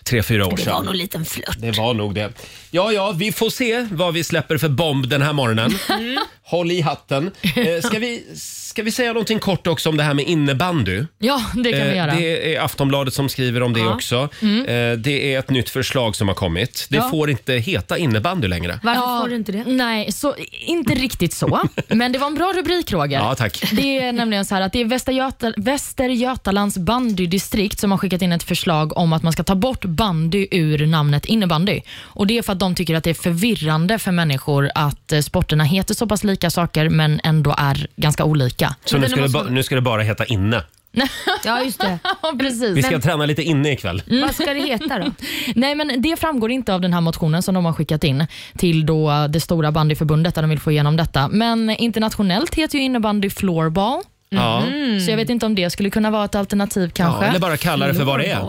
Speaker 1: tre, fyra år
Speaker 2: Det var nog
Speaker 1: sedan.
Speaker 2: en liten flört.
Speaker 1: Det var nog det. Ja, ja, vi får se vad vi släpper för bomb den här morgonen.
Speaker 5: Mm.
Speaker 1: Håll i hatten. Eh, ska, vi, ska vi säga någonting kort också om det här med innebandy?
Speaker 5: Ja, det kan vi
Speaker 1: Eh,
Speaker 5: göra. Mm.
Speaker 1: Det är Aftonbladet som skriver om det också. Eh, Det är ett nytt förslag som har kommit. Det får inte heta innebandy längre.
Speaker 2: Varför
Speaker 5: Ja,
Speaker 2: får du inte det?
Speaker 5: Nej, så, inte riktigt
Speaker 2: (laughs)
Speaker 5: så. Men det var en bra rubrik, Roger.
Speaker 1: Ja, tack.
Speaker 5: Det är nämligen så här att det är Västra, Göta, Väster Götalands bandydistrikt som har skickat in ett förslag om att man ska ta bort bandy ur namnet innebandy. Och Det är för att de tycker att det är förvirrande för människor att eh, sporterna heter så pass lika saker men ändå är ganska olika.
Speaker 1: Så nu ska, det ba- nu ska det bara heta inne.
Speaker 5: (laughs) Ja, just det. Precis.
Speaker 1: Vi ska
Speaker 5: Men- Mm.
Speaker 1: träna lite inne ikväll.
Speaker 5: Vad ska det heta då? (laughs) Nej, men det framgår inte av den här motionen som de har skickat in till då eh, det stora bandyförbundet där de vill få igenom detta. Men internationellt heter ju innebandy floorball.
Speaker 1: Ja.
Speaker 5: Så jag vet inte om det skulle kunna vara ett alternativ kanske.
Speaker 1: Ja, eller bara kalla det för vad det är.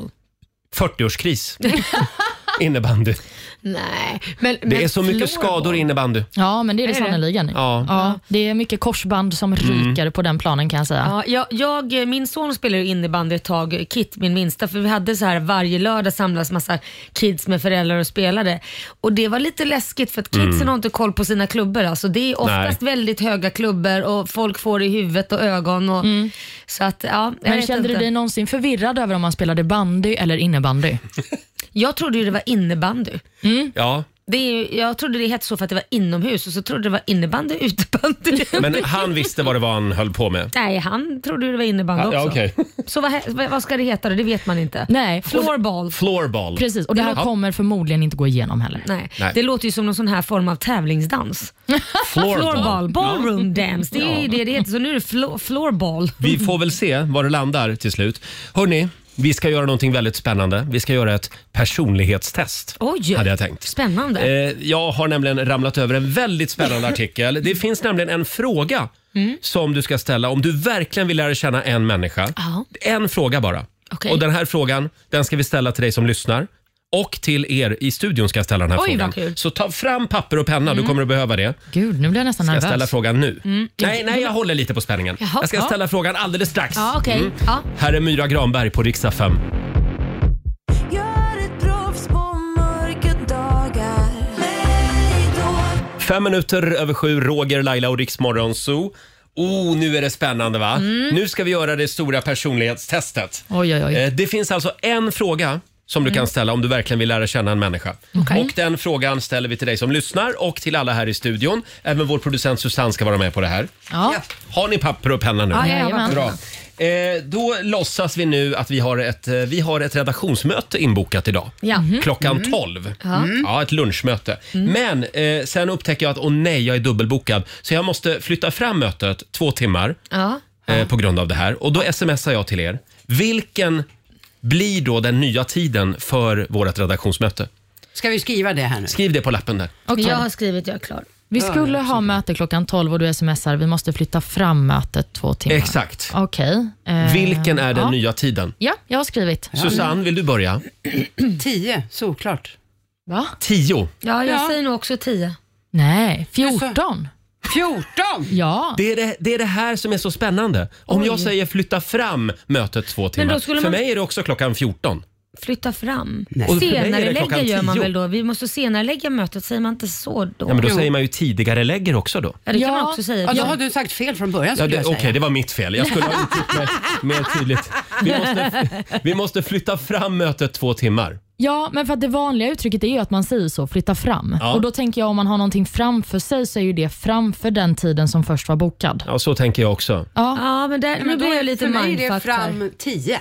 Speaker 1: 40-årskris. (laughs) innebandy.
Speaker 5: Nej,
Speaker 1: Det är så mycket skador i innebandy.
Speaker 5: Ja, men det är det
Speaker 2: Är det?
Speaker 5: sannerligen.
Speaker 1: Ja.
Speaker 5: Ja, det är mycket korsband som
Speaker 1: Mm.
Speaker 5: ryker på den planen kan jag säga.
Speaker 2: Ja, jag, jag, min son spelade ju innebandy ett tag, Kit, min minsta, för vi hade så här varje lördag samlas massa kids med föräldrar och spelade. Och det var lite läskigt för att kidsen
Speaker 12: Mm.
Speaker 2: har inte koll på sina klubbor. Alltså, det är oftast
Speaker 12: Nej.
Speaker 2: väldigt höga klubbor och folk får det i huvudet och ögon. Och, Så att, ja, jag
Speaker 5: Mm. Men
Speaker 2: vet
Speaker 5: kände
Speaker 2: inte.
Speaker 5: du dig någonsin förvirrad över om man spelade bandy eller innebandy?
Speaker 2: Jag trodde ju det var innebandy.
Speaker 1: Ja.
Speaker 2: Det är, ju- jag trodde det hette så för att det var inomhus och så trodde det var innebandy (laughs) utebandy.
Speaker 1: Men han visste vad det var han höll på med.
Speaker 2: Nej, han trodde ju det var innebandy
Speaker 1: Ja,
Speaker 2: också.
Speaker 1: ja, okej.
Speaker 2: Så vad, he- vad- vad ska det heta då? Det vet man inte.
Speaker 5: Nej.
Speaker 2: Floorball.
Speaker 1: Floorball.
Speaker 5: Precis, och det här
Speaker 2: Ja.
Speaker 5: kommer förmodligen inte gå igenom heller.
Speaker 2: Nej.
Speaker 5: Nej.
Speaker 2: Det låter ju som någon sån här form av tävlingsdans.
Speaker 1: Floorball.
Speaker 2: Ballroom dance. Det är ju det det heter. Så nu är det flo- floorball.
Speaker 1: Vi får väl se var det landar till slut. Hörni, vi ska göra någonting väldigt spännande. Vi ska göra ett personlighetstest.
Speaker 2: Oj.
Speaker 1: Hade jag tänkt.
Speaker 2: Spännande.
Speaker 1: Eh, jag har nämligen ramlat över en väldigt
Speaker 5: (laughs)
Speaker 1: spännande artikel. Det finns nämligen en fråga
Speaker 5: Mm.
Speaker 1: som du ska ställa om du verkligen vill lära känna en människa.
Speaker 2: Ja.
Speaker 1: En fråga bara.
Speaker 2: Okej.
Speaker 1: Och den här frågan den ska vi ställa till dig som lyssnar. Och till er i studion ska jag ställa den här
Speaker 5: Oj,
Speaker 1: frågan.
Speaker 5: vad kul.
Speaker 1: Så ta fram papper och penna, du kommer att behöva det.
Speaker 5: Gud, nu blir jag nästan
Speaker 1: Ska jag
Speaker 5: nervös.
Speaker 1: ställa frågan nu?
Speaker 5: Mm.
Speaker 1: Nej, nej, jag håller lite på spänningen.
Speaker 5: Jaha,
Speaker 1: jag ska
Speaker 5: ja.
Speaker 1: ställa frågan alldeles strax.
Speaker 5: Ja, okej.
Speaker 1: Mm.
Speaker 2: Ja.
Speaker 1: Här är Myra Granberg på riksdag 5.
Speaker 12: Gör ett proffs på mörka dagar. Hej då.
Speaker 1: Fem minuter över sju, Roger, Laila och Riksmorgon Zoo. Oh, nu är det spännande va? Nu ska vi göra det stora personlighetstestet.
Speaker 5: Mm. Oj, oj, oj.
Speaker 1: Eh, Det finns alltså en fråga som du
Speaker 5: Mm.
Speaker 1: kan ställa om du verkligen vill lära känna en människa.
Speaker 5: Okej.
Speaker 1: Och den frågan ställer vi till dig som lyssnar och till alla här i studion. Även vår producent Susanne ska vara med på det här.
Speaker 5: Ja.
Speaker 1: Har ni papper och penna nu?
Speaker 5: Ja, jajamän.
Speaker 1: Bra. Eh, då låtsas vi nu att vi har ett, eh, vi har ett redaktionsmöte inbokat idag.
Speaker 2: Ja. Mhm.
Speaker 1: Klockan
Speaker 2: Mm.
Speaker 1: 12.
Speaker 2: Ja.
Speaker 1: Ja. ett lunchmöte. Men eh, sen upptäcker jag att åh nej, jag är dubbelbokad. Så jag måste flytta fram mötet två timmar
Speaker 2: Ja.
Speaker 1: eh, på grund av det här. Och då smsar jag till er. Vilken blir då den nya tiden för vårt redaktionsmöte?
Speaker 11: Ska vi skriva det här nu?
Speaker 1: Skriv det på lappen där.
Speaker 5: Okej.
Speaker 2: Jag har skrivit, jag är klar.
Speaker 5: Vi skulle ha möte klockan 12 och du smsar vi måste flytta fram mötet två timmar.
Speaker 1: Exakt.
Speaker 5: Okej. eh,
Speaker 1: Vilken är den
Speaker 5: ja.
Speaker 1: nya tiden?
Speaker 5: Ja, jag har skrivit.
Speaker 1: Susanne, vill du börja?
Speaker 11: Tio, såklart.
Speaker 5: Va?
Speaker 1: Tio.
Speaker 2: Ja, jag
Speaker 11: Ja.
Speaker 2: säger nog också tio.
Speaker 5: Nej, 14.
Speaker 11: 14?
Speaker 5: Ja.
Speaker 1: Det är det, det är det här som är så spännande. Om jag säger flytta fram mötet två timmar.
Speaker 2: då skulle
Speaker 1: För
Speaker 2: man-
Speaker 1: mig är det också klockan 14.
Speaker 2: Flytta fram.
Speaker 1: Nej. Och för mig är det
Speaker 2: Senare lägga
Speaker 1: klockan
Speaker 2: gör man
Speaker 1: tio.
Speaker 2: väl då? Vi måste senare lägga mötet, säger man inte så då?
Speaker 1: Ja, men då säger man ju tidigare lägger också då.
Speaker 2: Ja, det kan man också säga.
Speaker 11: Ja, då har du sagt fel från början
Speaker 1: Ja,
Speaker 11: skulle
Speaker 1: det-
Speaker 11: jag
Speaker 1: Okej,
Speaker 11: säga.
Speaker 1: det var mitt fel. Jag skulle ha uttryckt
Speaker 11: (laughs)
Speaker 1: mig mer tydligt. Vi måste, vi måste flytta fram mötet två timmar.
Speaker 5: Ja, men för att det vanliga uttrycket är ju att man säger så, flytta fram.
Speaker 1: Ja.
Speaker 5: Och Då tänker jag om man har någonting framför sig så är ju det framför den tiden som först var bokad.
Speaker 1: Ja, så tänker jag också.
Speaker 5: Ja,
Speaker 2: men där,
Speaker 11: Nej,
Speaker 2: nu
Speaker 11: men då
Speaker 2: blir
Speaker 11: är-
Speaker 2: jag lite
Speaker 11: för mig är det
Speaker 2: mindfucked här.
Speaker 11: fram tio.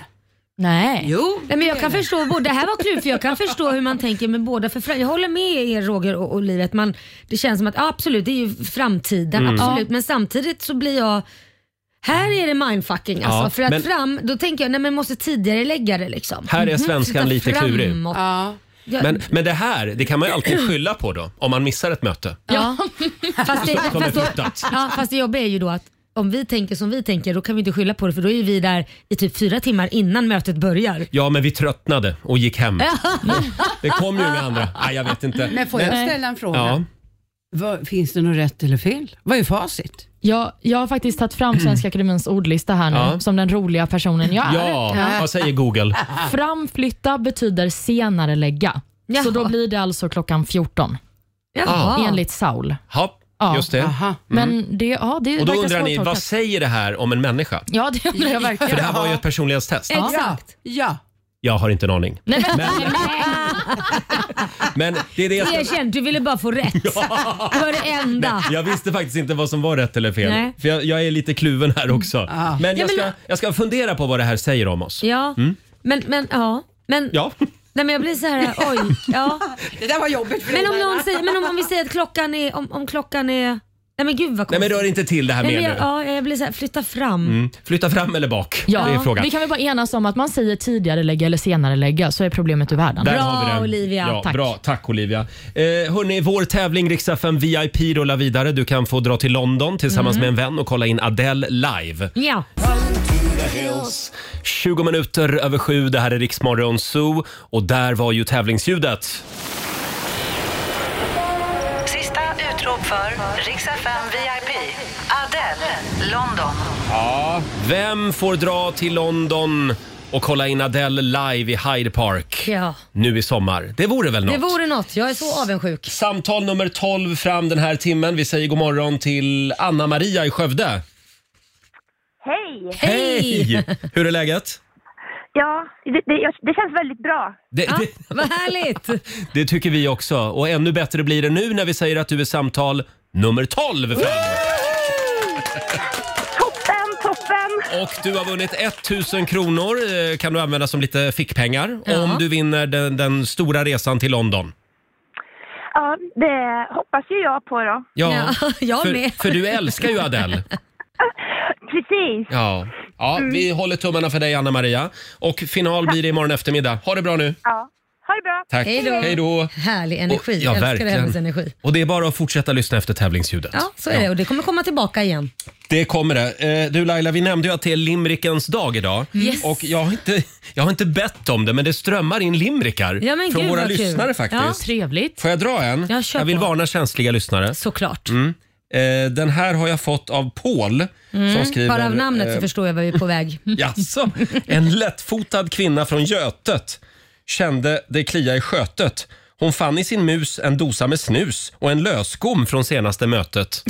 Speaker 5: Nej.
Speaker 11: Jo.
Speaker 2: Nej, men jag kan förstå, både- det här var klurigt för jag kan förstå hur man tänker med båda. För fra- jag håller med er Roger och, och livet. Man, det känns som att ja, absolut, det är ju framtiden.
Speaker 1: Mm.
Speaker 2: Absolut. Men samtidigt så blir jag, här är det mindfucking alltså.
Speaker 1: Ja,
Speaker 2: för att
Speaker 1: men-
Speaker 2: fram, då tänker jag, nej men måste tidigare lägga det liksom.
Speaker 1: Här är svenskan
Speaker 2: Flytta
Speaker 1: lite klurig.
Speaker 2: framåt. Ja.
Speaker 1: Men, men det här, det kan man ju alltid skylla på då, om man missar ett möte.
Speaker 2: Ja. (laughs) fast, det,
Speaker 1: Som är
Speaker 2: fast, då,
Speaker 1: flyttat.
Speaker 2: ja, fast det jobbiga är ju då att om vi tänker som vi tänker då kan vi inte skylla på det för då är vi där i typ fyra timmar innan mötet börjar.
Speaker 1: Ja, men vi tröttnade och gick hem. Det kom ju inga andra. Nej, jag vet inte.
Speaker 11: Men får jag ställa en fråga?
Speaker 1: Ja.
Speaker 11: Vad, finns det något rätt eller fel? Vad är facit?
Speaker 5: Jag, jag har faktiskt tagit
Speaker 11: (clears throat)
Speaker 5: fram Svenska Akademiens ordlista här nu,
Speaker 1: Ja.
Speaker 5: som den roliga personen jag är.
Speaker 1: Ja, vad säger Google?
Speaker 5: Framflytta betyder senare lägga. Så då blir det alltså klockan 14.
Speaker 1: Jaha.
Speaker 5: Enligt Saul.
Speaker 1: Ja,
Speaker 5: Ja.
Speaker 1: just det. Mm.
Speaker 5: Men det, ja, det
Speaker 1: Och då
Speaker 5: verkar
Speaker 1: undrar ni, vad
Speaker 5: svårtolkat.
Speaker 1: säger det här om en människa?
Speaker 5: Ja, det undrar jag verkligen.
Speaker 1: För det här var ju ett personlighetstest.
Speaker 11: Exakt. Ja.
Speaker 1: Jag har inte en aning.
Speaker 5: Nej, men,
Speaker 1: (laughs) Men det är det jag ska...
Speaker 2: Erkänn, du ville bara
Speaker 1: (laughs)
Speaker 2: få rätt. Det var det enda.
Speaker 1: Nej, jag visste faktiskt inte vad som var rätt eller fel.
Speaker 2: Nej.
Speaker 1: För jag, jag är lite kluven här också.
Speaker 2: Ja.
Speaker 1: Men
Speaker 2: Ja,
Speaker 1: jag
Speaker 2: men-
Speaker 1: ska, jag ska fundera på vad det här säger om oss.
Speaker 2: Ja,
Speaker 1: Mm.
Speaker 2: men, men ja. Men
Speaker 1: Ja.
Speaker 2: Nej men jag blir så här, oj. Ja.
Speaker 10: Det där var jobbigt för
Speaker 2: Men
Speaker 10: dig,
Speaker 2: om någon
Speaker 10: Laila.
Speaker 2: säger, men om, om vi säger att klockan är, om, om klockan är, nej men gud vad
Speaker 1: Nej
Speaker 2: konstigt.
Speaker 1: men rör inte till det här
Speaker 2: Nej,
Speaker 1: mer
Speaker 2: men
Speaker 1: nu.
Speaker 2: jag, ja, jag blir så här, flytta fram.
Speaker 1: Mm. Flytta fram eller bak?
Speaker 5: Ja,
Speaker 1: Det är frågan.
Speaker 5: Vi kan väl bara enas om att man säger tidigare lägga eller senare lägga så är problemet ur världen.
Speaker 1: Där har vi den. Ja,
Speaker 5: Tack.
Speaker 1: Bra, tack Olivia. Eh, hörni, vår tävling Rix FM VIP rullar vidare. Du kan få dra till London tillsammans
Speaker 2: Mm.
Speaker 1: med en vän och kolla in Adele live.
Speaker 2: Ja.
Speaker 1: 20 minuter över sju, det här är Riksmorgon Zoo och där var ju tävlingsljudet.
Speaker 12: Sista utrop för Rix FM VIP. Adele, London.
Speaker 1: Ja. Vem får dra till London och kolla in Adele live i Hyde Park
Speaker 2: Ja.
Speaker 1: nu i sommar? Det vore väl något?
Speaker 2: Det vore något. Jag är så avundsjuk.
Speaker 1: Samtal nummer 12 fram den här timmen. Vi säger god morgon till Anna-Maria i Skövde.
Speaker 4: Hej!
Speaker 1: Hur är läget?
Speaker 4: Ja, det, det, jag- det känns väldigt bra.
Speaker 1: Det, det,
Speaker 2: Vad
Speaker 1: (laughs)
Speaker 2: härligt!
Speaker 1: det tycker vi också. Och ännu bättre blir det nu när vi säger att du är samtal nummer 12 fram.
Speaker 4: Toppen, toppen!
Speaker 1: Och du har vunnit 1000 kronor eh, kan du använda som lite fickpengar
Speaker 4: Ja.
Speaker 1: om du vinner den, den stora resan till London.
Speaker 4: Ja, det hoppas ju jag på då.
Speaker 2: (laughs)
Speaker 1: för, För du älskar ju Adele.
Speaker 4: Precis.
Speaker 1: Ja. Ja, Vi
Speaker 2: Mm.
Speaker 1: håller tummarna för dig, Anna-Maria. Och final blir det imorgon eftermiddag. Ha det bra nu!
Speaker 4: Ja. Ha det bra!
Speaker 1: Tack.
Speaker 2: Hej då.
Speaker 1: Hej då.
Speaker 2: Härlig energi.
Speaker 1: Och- ja,
Speaker 2: jag älskar
Speaker 1: verkligen.
Speaker 2: hennes energi.
Speaker 1: Och det är bara att fortsätta lyssna efter tävlingsljudet.
Speaker 2: Ja, så är det. Och det kommer komma tillbaka igen.
Speaker 1: Det kommer det. Eh, Du Laila, vi nämnde ju att det är limrikens dag idag.
Speaker 2: Mm. Yes.
Speaker 1: Och jag har, inte, jag har inte bett om det, men det strömmar in limrikar
Speaker 2: Ja, men
Speaker 1: från
Speaker 2: gud,
Speaker 1: våra
Speaker 2: vad kul.
Speaker 1: lyssnare faktiskt.
Speaker 5: trevligt.
Speaker 1: Får jag dra en?
Speaker 2: Ja, kör
Speaker 1: jag vill
Speaker 2: på.
Speaker 1: varna känsliga lyssnare.
Speaker 2: Såklart.
Speaker 1: Mm. Eh, Den här har jag fått av Paul som
Speaker 2: Mm.
Speaker 1: skriver...
Speaker 2: Bara av namnet så
Speaker 1: eh,
Speaker 2: förstår jag var vi är på väg. (laughs)
Speaker 1: Jaså? En lättfotad kvinna från Götet kände det klia i skötet. Hon fann i sin mus en dosa med snus och en lösgom från senaste mötet.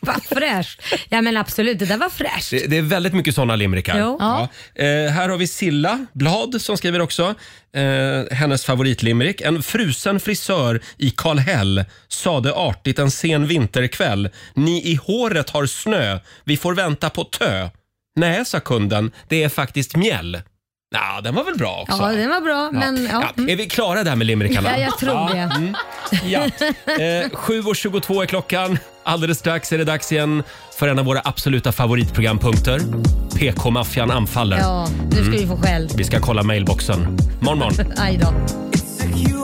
Speaker 2: Vad fräscht. Ja men absolut, det där var fräscht.
Speaker 1: Det, det är väldigt mycket såna limrikar.
Speaker 2: Jo. Ja.
Speaker 1: Eh, här har vi Silla Blad som skriver också. Eh, hennes favoritlimrik. En frusen frisör i Kallhäll sade artigt en sen vinterkväll. Ni i håret har snö. Vi får vänta på tö. Nej, sa kunden. Det är faktiskt mjäll. Ja, den var väl bra också?
Speaker 2: Ja, den var bra. Men, ja.
Speaker 1: Ja, Är vi klara där med limericarna?
Speaker 2: Ja, jag tror det.
Speaker 1: mm. Ja. Eh, 7.22 är klockan. Alldeles strax är det dags igen för en av våra absoluta favoritprogrampunkter. PK-maffian anfaller.
Speaker 2: Ja, nu ska
Speaker 1: Mm.
Speaker 2: vi få skäll. (laughs)
Speaker 1: Vi ska kolla mailboxen. Morgon, morgon.
Speaker 2: Aj då.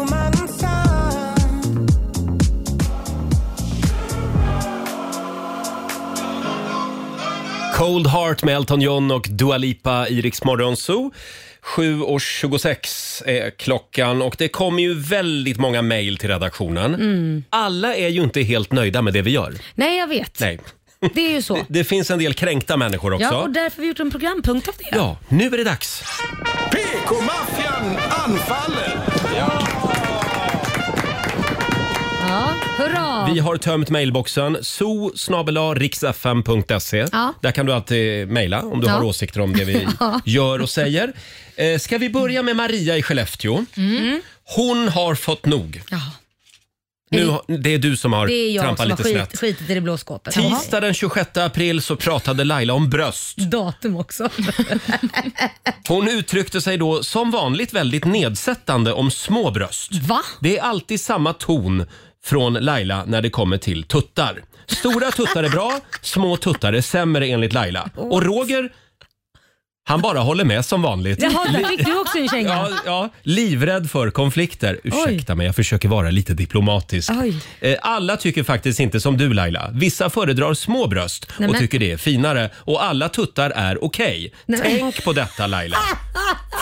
Speaker 1: Cold Heart med Elton John och Dua Lipa i Rix Morgon Zoo. 7.26 är klockan och det kommer ju väldigt många mejl till redaktionen.
Speaker 2: Mm.
Speaker 1: Alla är ju inte helt nöjda med det vi gör.
Speaker 2: Nej, jag vet.
Speaker 1: Nej.
Speaker 2: Det är ju så.
Speaker 1: Det finns en del kränkta människor också.
Speaker 2: Ja, och därför har vi gjort en programpunkt av det.
Speaker 1: Ja, nu är det dags.
Speaker 3: PK-maffian anfaller!
Speaker 2: Ja, hurra!
Speaker 1: Vi har tömt mejlboxen. zoo riksfm.se.
Speaker 2: Ja.
Speaker 1: E. Där kan du alltid mejla om du
Speaker 2: Ja.
Speaker 1: har åsikter om det vi
Speaker 2: (laughs) Ja.
Speaker 1: gör och säger. Eh, Ska vi börja med Maria i Skellefteå?
Speaker 2: Mm.
Speaker 1: Hon har fått nog. Nu, har- det är du som har
Speaker 2: Det är jag
Speaker 1: trampat
Speaker 2: som har
Speaker 1: lite
Speaker 2: skit,
Speaker 1: snett.
Speaker 2: skitit i det blå skåpet.
Speaker 1: Tisdag den 26 april så pratade Laila om bröst.
Speaker 2: Datum
Speaker 1: (laughs)
Speaker 2: också.
Speaker 1: Hon uttryckte sig då som vanligt väldigt nedsättande om små bröst.
Speaker 2: Va?
Speaker 1: Det är alltid samma ton från Laila när det kommer till tuttar. Stora tuttar är bra, små tuttar är sämre enligt Laila. Och Roger, han bara håller med som vanligt.
Speaker 2: Jaha, där fick du också en känga.
Speaker 1: Mm. Ja, ja, livrädd för konflikter. Ursäkta mig, jag försöker vara lite diplomatisk.
Speaker 2: Oj.
Speaker 1: Eh, Alla tycker faktiskt inte som du Laila. Vissa föredrar små bröst
Speaker 2: Nej,
Speaker 1: och
Speaker 2: men-
Speaker 1: tycker det är finare. Och alla tuttar är okej.
Speaker 2: Nej, men-
Speaker 1: Tänk på detta Laila.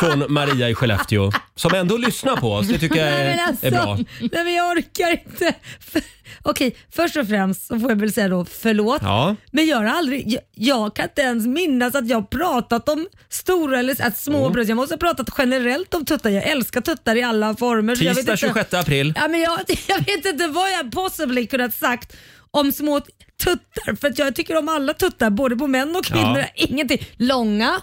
Speaker 1: Från Maria i Skellefteå. Som ändå lyssnar på oss. Eh, Det tycker jag
Speaker 2: Nej,
Speaker 1: är,
Speaker 2: men alltså,
Speaker 1: är bra.
Speaker 2: Nej men jag orkar inte. (laughs) För, okej, först och främst så får jag väl säga då förlåt.
Speaker 1: Ja.
Speaker 2: Men jag har aldrig, jag, jag kan inte ens minnas att jag pratat om stora eller att små
Speaker 1: Mm.
Speaker 2: bröst. Jag måste ha pratat generellt om tuttar. Jag älskar tuttar i alla former. så jag vet
Speaker 1: Tisdag
Speaker 2: inte-
Speaker 1: 26 april.
Speaker 2: Ja, men jag, (laughs) jag vet inte vad jag possibly kunnat sagt om små tuttar. För att jag tycker om alla tuttar, både på män och kvinnor.
Speaker 1: Ja.
Speaker 2: Ingenting. Långa,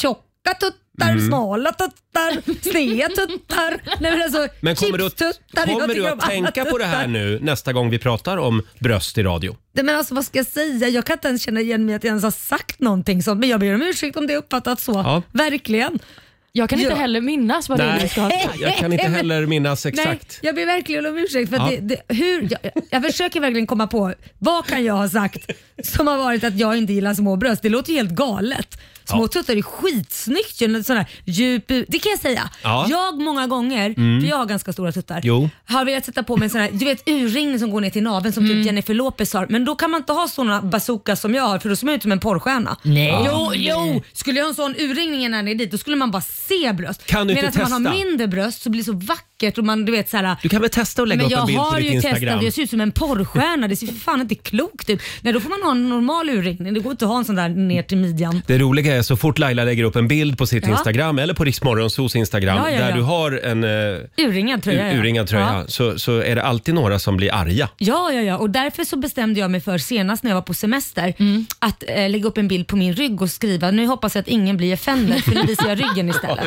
Speaker 2: tjocka tuttar,
Speaker 1: Mm.
Speaker 2: smala tuttar, sneda tuttar. Nej, men alltså,
Speaker 1: Men kommer du, att,
Speaker 2: chipstuttar. Jag
Speaker 1: kommer du
Speaker 2: tycker
Speaker 1: att
Speaker 2: om alla
Speaker 1: tänka på det här
Speaker 2: tuttar. (laughs)
Speaker 1: nu nästa gång vi pratar om bröst i radio?
Speaker 2: Nej, men alltså, vad ska jag säga? Jag kan inte ens känna igen mig att jag ens har sagt någonting sånt. Men jag ber om ursäkt om det är uppfattat så.
Speaker 1: Ja.
Speaker 2: Verkligen.
Speaker 5: Jag kan inte
Speaker 2: Ja.
Speaker 5: heller minnas vad
Speaker 1: Nej,
Speaker 5: Robin ska ha sagt.
Speaker 1: jag kan inte heller minnas exakt.
Speaker 2: Nej, jag ber verkligen om ursäkt. För att
Speaker 1: Ja.
Speaker 2: det, det, hur, jag, jag försöker verkligen komma på vad kan jag ha sagt som har varit att jag inte gillar små bröst. Det låter ju helt galet. Små
Speaker 13: Ja.
Speaker 2: tuttar är skitsnyggt. ju, något Sån här djup, u- det kan jag säga.
Speaker 13: Ja.
Speaker 2: Jag många gånger,
Speaker 13: Mm.
Speaker 2: för jag har ganska stora tuttar,
Speaker 13: Jo.
Speaker 2: har velat sätta på mig en sån här du vet, urringning som går ner till naveln som typ Jennifer Lopez har. Men då kan man inte ha såna bazookas som jag har för då ser man ut som en porrstjärna.
Speaker 13: Nej.
Speaker 2: Jo, jo, skulle jag ha en sån urringning innan jag är dit då skulle man bara se bröst.
Speaker 1: Kan du inte
Speaker 2: Medan om man har
Speaker 1: testa?
Speaker 2: mindre bröst så blir det så vackert och man du vet så här,
Speaker 1: Du kan väl testa att lägga
Speaker 2: men
Speaker 1: upp en bild
Speaker 2: jag
Speaker 1: på
Speaker 2: har
Speaker 1: ditt
Speaker 2: ju testat,
Speaker 1: Instagram.
Speaker 2: jag ser ut som en porrstjärna. Det ser för fan inte klokt ut. Nej, då får man ha en normal urringning. Det går inte att ha en sån där ner till midjan.
Speaker 1: Det roliga är så fort Laila lägger upp en bild på sitt
Speaker 2: Ja.
Speaker 1: Instagram eller på Riksmorgonsos Instagram
Speaker 2: Ja, ja,
Speaker 1: där
Speaker 2: ja.
Speaker 1: du har en uh,
Speaker 2: Urringad tröja ja.
Speaker 1: urringad tröja
Speaker 2: Ja.
Speaker 1: så, så är det alltid några som blir arga.
Speaker 2: Ja, ja, ja. Och därför så bestämde jag mig för senast när jag var på semester att eh, lägga upp en bild på min rygg och skriva nu hoppas jag att ingen blir offended för nu visar jag
Speaker 1: (laughs)
Speaker 2: ryggen istället.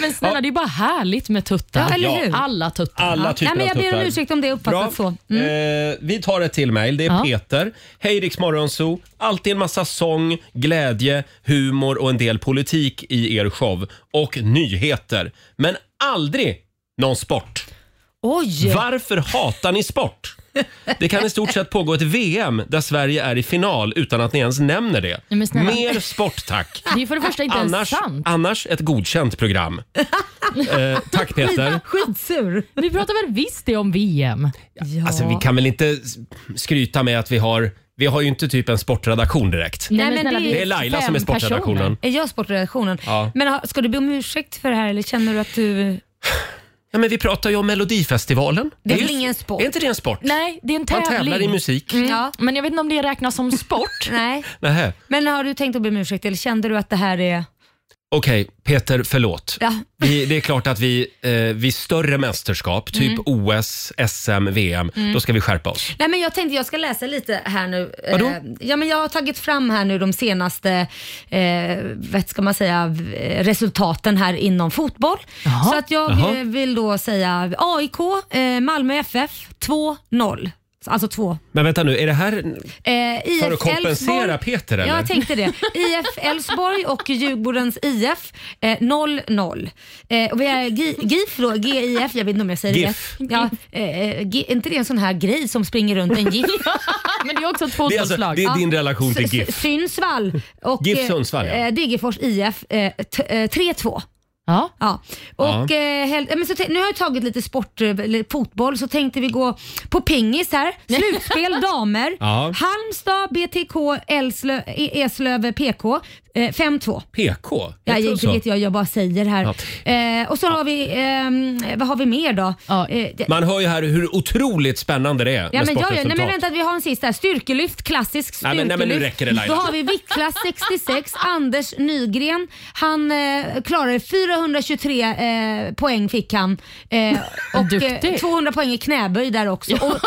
Speaker 5: Men snälla, det är bara härligt med tuttar.
Speaker 2: Ja, eller hur?
Speaker 5: Alla tuttar.
Speaker 1: Alla
Speaker 5: Ja.
Speaker 1: typer
Speaker 5: Nej,
Speaker 1: av
Speaker 5: men jag ber om
Speaker 1: tuttar.
Speaker 5: ursäkt.
Speaker 2: Ursäkta om det är uppfattat så. Mm.
Speaker 1: Eh, vi tar ett till mejl. Det är
Speaker 2: Ja.
Speaker 1: Peter. Hej Rix Morgonzoo. Alltid en massa sång, glädje, humor och en del politik i er show. Och nyheter. Men aldrig någon sport.
Speaker 2: Oj!
Speaker 1: Varför hatar ni sport? Det kan i stort sett pågå ett VM där Sverige är i final utan att ni ens nämner det.
Speaker 5: Nej, men snälla.
Speaker 1: Mer sport tack.
Speaker 5: Det är för det första inte ens
Speaker 1: Annars,
Speaker 5: sant.
Speaker 1: annars ett godkänt
Speaker 5: (laughs)
Speaker 1: program. Eh, tack Peter.
Speaker 2: Skitsur.
Speaker 5: Vi pratar väl visst det om VM?
Speaker 2: Ja.
Speaker 1: Alltså, vi kan väl inte s- skryta med att vi har vi har ju inte typ en sportredaktion direkt.
Speaker 2: Nej, men
Speaker 1: det, är Laila som är
Speaker 2: fem
Speaker 1: sportredaktionen.
Speaker 2: personer. Är jag sportredaktionen?
Speaker 1: Ja.
Speaker 2: Men ha- ska du be om ursäkt för det här eller känner du att du...
Speaker 1: Ja, men vi pratar ju om Melodifestivalen.
Speaker 2: Det är
Speaker 1: ju-
Speaker 2: väl ingen sport?
Speaker 1: Är inte det en sport?
Speaker 5: Nej, det är en
Speaker 1: Man
Speaker 5: tävling.
Speaker 1: tävlar i musik.
Speaker 5: Mm. Men jag vet inte om det räknas som sport.
Speaker 2: Nej.
Speaker 1: Nähä.
Speaker 2: Men har du tänkt att be om ursäkt eller kände du att det här är...
Speaker 1: Okej, Peter, förlåt.
Speaker 2: Ja.
Speaker 1: Vi, det är klart att vi eh, vid större mästerskap, typ
Speaker 2: Mm.
Speaker 1: OS, SM, VM,
Speaker 2: Mm.
Speaker 1: då ska vi skärpa oss.
Speaker 2: Nej men jag tänkte jag ska läsa lite här nu.
Speaker 1: Vadå?
Speaker 2: Eh, Ja, men jag har tagit fram här nu de senaste eh, vad ska man säga, v- eh, resultaten här inom fotboll. Så att jag
Speaker 13: Jaha.
Speaker 2: eh, vill då säga AIK, eh, Malmö FF 2-0. Alltså 2.
Speaker 1: Men vänta nu, är det här
Speaker 2: Eh,
Speaker 1: för
Speaker 2: IF
Speaker 1: att kompensera
Speaker 2: Elfsborg-
Speaker 1: Peter eller?
Speaker 2: Ja, jag tänkte det.
Speaker 1: (laughs)
Speaker 2: IF Elfsborg och Djurgårdens IF eh, 0-0. Eh, och vi har G- GIF då, GIF, jag vet inte om jag säger
Speaker 1: GIF.
Speaker 2: det rätt. Ja, eh, G- är inte det en sån här grej som springer runt en
Speaker 1: (laughs)
Speaker 2: GIF?
Speaker 5: Men det är också ett
Speaker 1: Det är alltså- fotbollslag. det är din relation till GIF.
Speaker 2: Synsvall och
Speaker 1: GIF
Speaker 2: eh,
Speaker 1: Sundsvall, ja.
Speaker 2: eh, Degerfors IF eh, t- eh, 3-2.
Speaker 5: Ja.
Speaker 2: Och,
Speaker 1: Ja.
Speaker 2: eh, hel- eh, men så t- nu har jag tagit lite sport, eh, eller fotboll, så tänkte vi gå på pingis här. Slutspel damer.
Speaker 1: Ja.
Speaker 2: Halmstad, BTK, Elslö, E- Eslöv, PK. Eh, 5-2.
Speaker 1: PK?
Speaker 2: Ja,
Speaker 1: tror
Speaker 2: inte
Speaker 1: så.
Speaker 2: vet jag, jag bara säger här. Eh, och så har vi, ehm, vad har vi mer då? Eh, det-
Speaker 1: Man hör ju här hur otroligt spännande det är
Speaker 2: Ja,
Speaker 1: med
Speaker 2: men, ja, ja,
Speaker 1: sportresultat.
Speaker 2: nej, men vänta, vi har en sista. Styrkelyft, klassisk
Speaker 1: Nej, men-
Speaker 2: styrkelyft.
Speaker 1: nej, men nu räcker det, Laila.
Speaker 2: Då har vi viktklass
Speaker 1: (laughs)
Speaker 2: 66, Anders Nygren. Han eh, klarade 423 eh, poäng fick han. Eh, och eh,
Speaker 1: Duktig.
Speaker 2: 200 poäng i knäböj där också. Och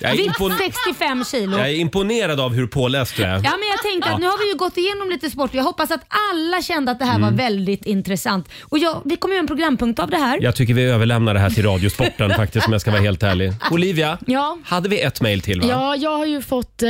Speaker 1: Jag är
Speaker 2: vikt
Speaker 1: impon-
Speaker 2: 65 kilo.
Speaker 1: Jag är imponerad av hur påläst du är.
Speaker 2: Ja, men jag tänkte
Speaker 1: Ja.
Speaker 2: att nu har vi ju gått igenom lite sport. Jag hoppas att alla kände att det här
Speaker 1: Mm.
Speaker 2: var väldigt intressant. Och jag, vi kommer göra en programpunkt av det här.
Speaker 1: Jag tycker vi överlämnar det här till
Speaker 2: (laughs)
Speaker 1: Radiosporten faktiskt om jag ska vara helt ärlig. Olivia,
Speaker 5: Ja.
Speaker 1: hade vi ett mejl till va?
Speaker 5: Ja, jag har ju fått eh,